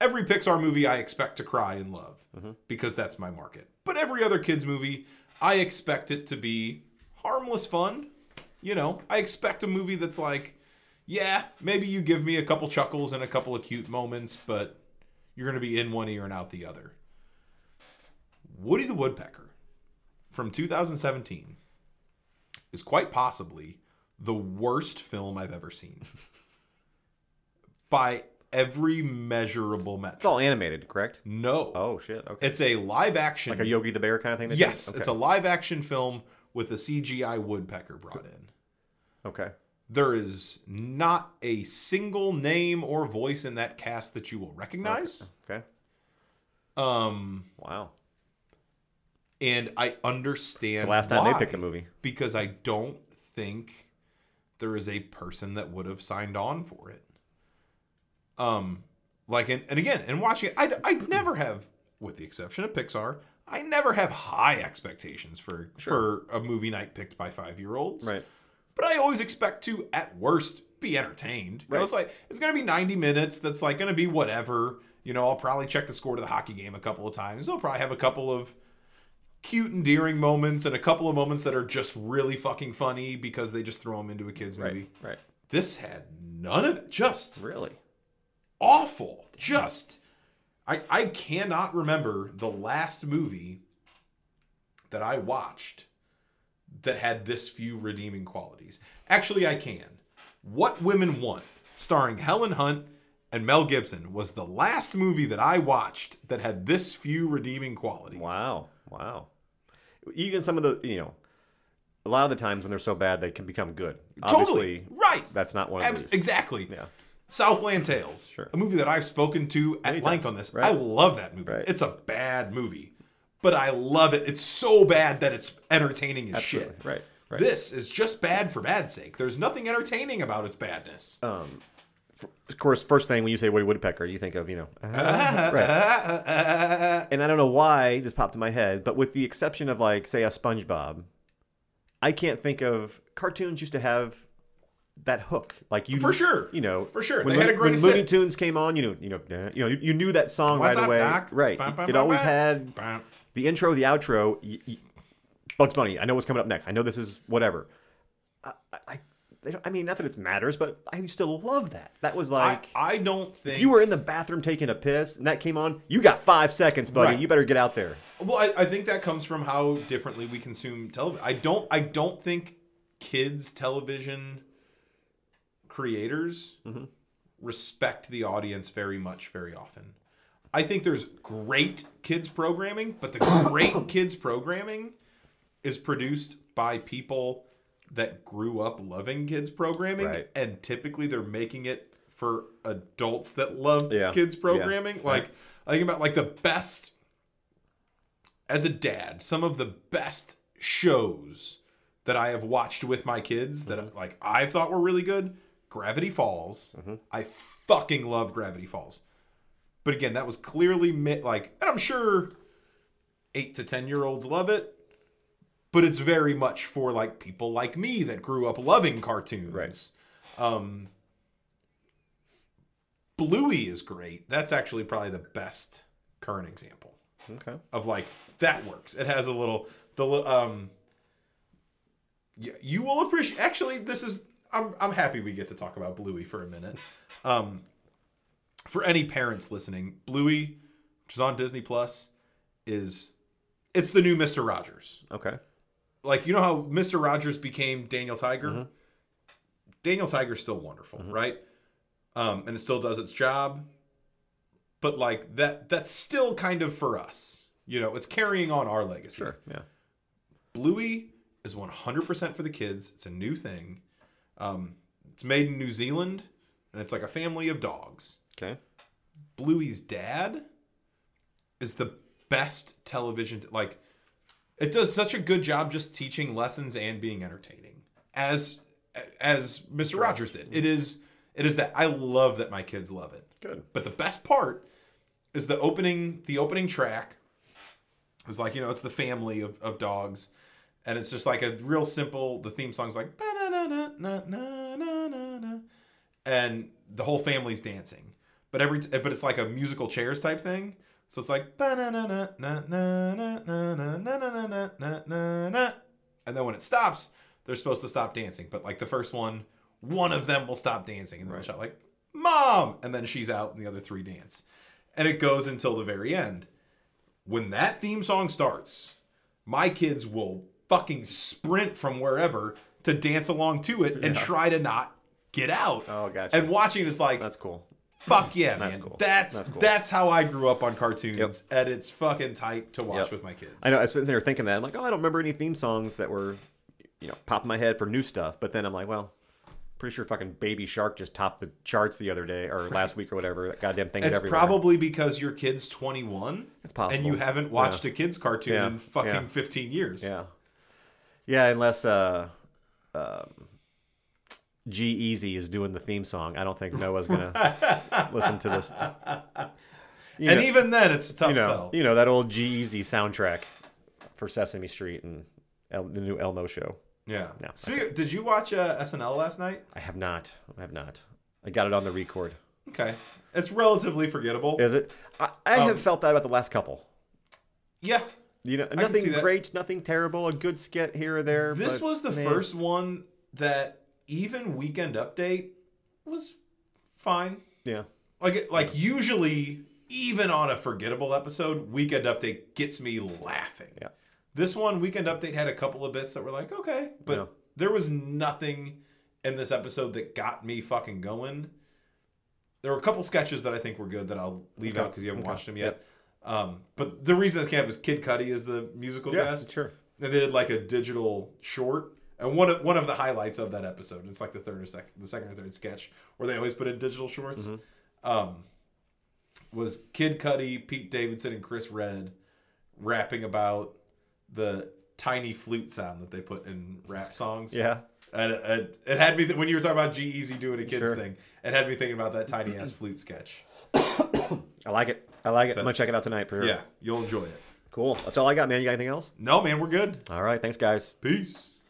every Pixar movie I expect to cry and love because that's my market. But every other kids movie, I expect it to be harmless fun. You know, I expect a movie that's like, yeah, maybe you give me a couple chuckles and a couple of cute moments, but you're going to be in one ear and out the other. Woody the Woodpecker from 2017 is quite possibly the worst film I've ever seen by every measurable metric.
It's all animated, correct?
No.
Oh shit. Okay.
It's a live action.
like a Yogi the Bear kind of thing. they did?
yes,
Okay.
it's a live action film with a CGI woodpecker brought in.
okay.
There is not a single name or voice in that cast that you will recognize.
Okay.
Um,
Wow.
and I understand
The last time
why,
they picked a movie.
because I don't think there is a person that would have signed on for it. Um, like and, and again, and watching it, I'd, I'd never have, with the exception of Pixar, I never have high expectations for for a movie night picked by five year olds.
Right.
But I always expect to, at worst, be entertained. You know, it's like it's gonna be 90 minutes. That's like gonna be whatever. You know, I'll probably check the score to the hockey game a couple of times. I'll probably have a couple of cute, endearing moments and a couple of moments that are just really fucking funny because they just throw them into a kids movie.
Right. Right.
This had none of it. Just
Really.
awful. Just I I cannot remember the last movie that I watched that had this few redeeming qualities. Actually, I can. What Women Want, starring Helen Hunt and Mel Gibson, was the last movie that I watched that had this few redeeming qualities.
Wow. Wow. Even some of the you know, a lot of the times when they're so bad they can become good. Obviously,
Totally. Right.
That's not one of
Ab-
these.
Exactly.
Yeah.
Southland Tales,
Sure.
a movie that I've spoken to at length
times,
on this.
right?
I love that movie.
Right.
It's a bad movie, but I love it. It's so bad that it's entertaining as
Absolutely.
shit.
Right. Right.
This is just bad for bad's sake. There's nothing entertaining about its badness.
Oh. of course, first thing when you say Woody Woodpecker, you think of you know,
Uh, Uh-huh.
right. and I don't know why this popped in my head, but with the exception of like say a SpongeBob, I can't think of cartoons used to have that hook. Like you,
For sure.
you know,
For sure.
When,
They had
Lo-
a greatest
when Looney
hit.
Tunes came on, you know, you know, nah, you know, you, you knew that song
What's
right
up,
away,
Doc?
right?
Bum, bum,
it
bum,
always
bum.
had
Bam.
the intro, the outro. Y- y- Bugs Bunny. I know what's coming up next. I know this is whatever. I, I, they don't, I mean, not that it matters, but I still love that. That was
I,
like.
I don't think
If you were in the bathroom taking a piss and that came on, you got five seconds, buddy.
Right.
You better get out there.
Well, I, I think that comes from how differently we consume television. I don't I don't think kids television creators respect the audience very much very often. I think there's great kids programming, but the great kids programming is produced by people that grew up loving kids programming
Right.
and typically they're making it for adults that love
Yeah.
kids
Yeah.
programming. Like I think about like the best as a dad, some of the best shows that I have watched with my kids
Mm-hmm.
that like I thought were really good. Gravity Falls. I fucking love Gravity Falls. But again, that was clearly mi- like, and I'm sure eight to ten year olds love it, but it's very much for like people like me that grew up loving cartoons.
Right.
Um, Bluey is great. That's actually probably the best current example
Okay.
of like that works. It has a little the li- um. You, you will appreciate. Actually, this is I'm I'm happy we get to talk about Bluey for a minute. Um, for any parents listening, Bluey, which is on Disney Plus, is it's the new Mister Rogers.
Okay.
Like you know how Mister Rogers became Daniel Tiger. Daniel Tiger's still wonderful, right? Um, and it still does its job. But like that that's still kind of for us. You know, it's carrying on our legacy.
Sure. Yeah.
Bluey is 100% for the kids. It's a new thing. Um, it's made in New Zealand, and it's like a family of dogs.
Okay.
Bluey's dad is the best television. Like, it does such a good job just teaching lessons and being entertaining, as as Mr. Rogers did. It is it is that I love that my kids love it.
Good.
But the best part is the opening the opening track it's like, you know, it's the family of, of dogs. And it's just like a real simple, the theme song's like, "Ba-na-na-na-na-na-na-na-na." and the whole family's dancing. But every, t- but it's like a musical chairs type thing. So it's like, "Ba-na-na-na-na-na-na-na-na-na-na-na-na." and then when it stops, they're supposed to stop dancing. But like the first one, one of them will stop dancing. And then the shot like, mom. And then she's out and the other three dance. And it goes until the very end when that theme song starts, my kids will fucking sprint from wherever to dance along to it and try to not get out.
Oh, gotcha.
And watching is like,
That's cool.
fuck yeah, man.
cool.
That's that's,
That's cool.
how I grew up on cartoons, and it's fucking tight to watch
Yep.
with my kids.
I know. I was sitting there thinking that. I'm like, oh, I don't remember any theme songs that were, you know, popping my head for new stuff. But then I'm like, well, pretty sure fucking Baby Shark just topped the charts the other day or last week or whatever. That goddamn thing is
It's
everywhere.
probably because your kid's 21
It's possible.
and you haven't watched a kids cartoon
Yeah.
in fucking
Yeah.
15 years.
Yeah. Yeah, unless uh, um, G Easy is doing the theme song. I don't think Noah's gonna listen to this. You
and
know-
even then, it's a tough
you know,
sell.
you know that old G Easy soundtrack for Sesame Street and El, the new Elmo show.
Yeah. Speaking, did you watch uh, SNL last night?
I have not. I have not. I got it on the record.
Okay, it's relatively forgettable.
Is it? I, I
Um,
have felt that about the last couple.
Yeah.
You know,
see
nothing
that.
great, nothing terrible. A good skit here or there.
This
but,
was the
man,
first one that even weekend update was fine.
Yeah.
Like it- like usually even on a forgettable episode, weekend update gets me laughing.
Yeah.
This one weekend update had a couple of bits that were like, okay, but
Yeah.
there was nothing in this episode that got me fucking going. There were a couple sketches that I think were good that I'll leave out because you haven't watched them yet. Um, but the reason this came up is Kid Cudi is the musical
Yeah.
guest
Sure.
and they did like a digital short and one of one of the highlights of that episode it's like the third or second the second or third sketch where they always put in digital shorts
Mm-hmm.
um was kid Cudi, pete davidson and chris red rapping about the tiny flute sound that they put in rap songs
Yeah.
and, and it had me th- when you were talking about g easy doing a kids
Sure.
thing it had me thinking about that tiny ass flute sketch
I like it. I like it. I'm gonna check it out tonight for sure.
yeah you'll enjoy it
Cool. That's all I got, man. You got anything else?
no man we're good
All right. Thanks, guys.
peace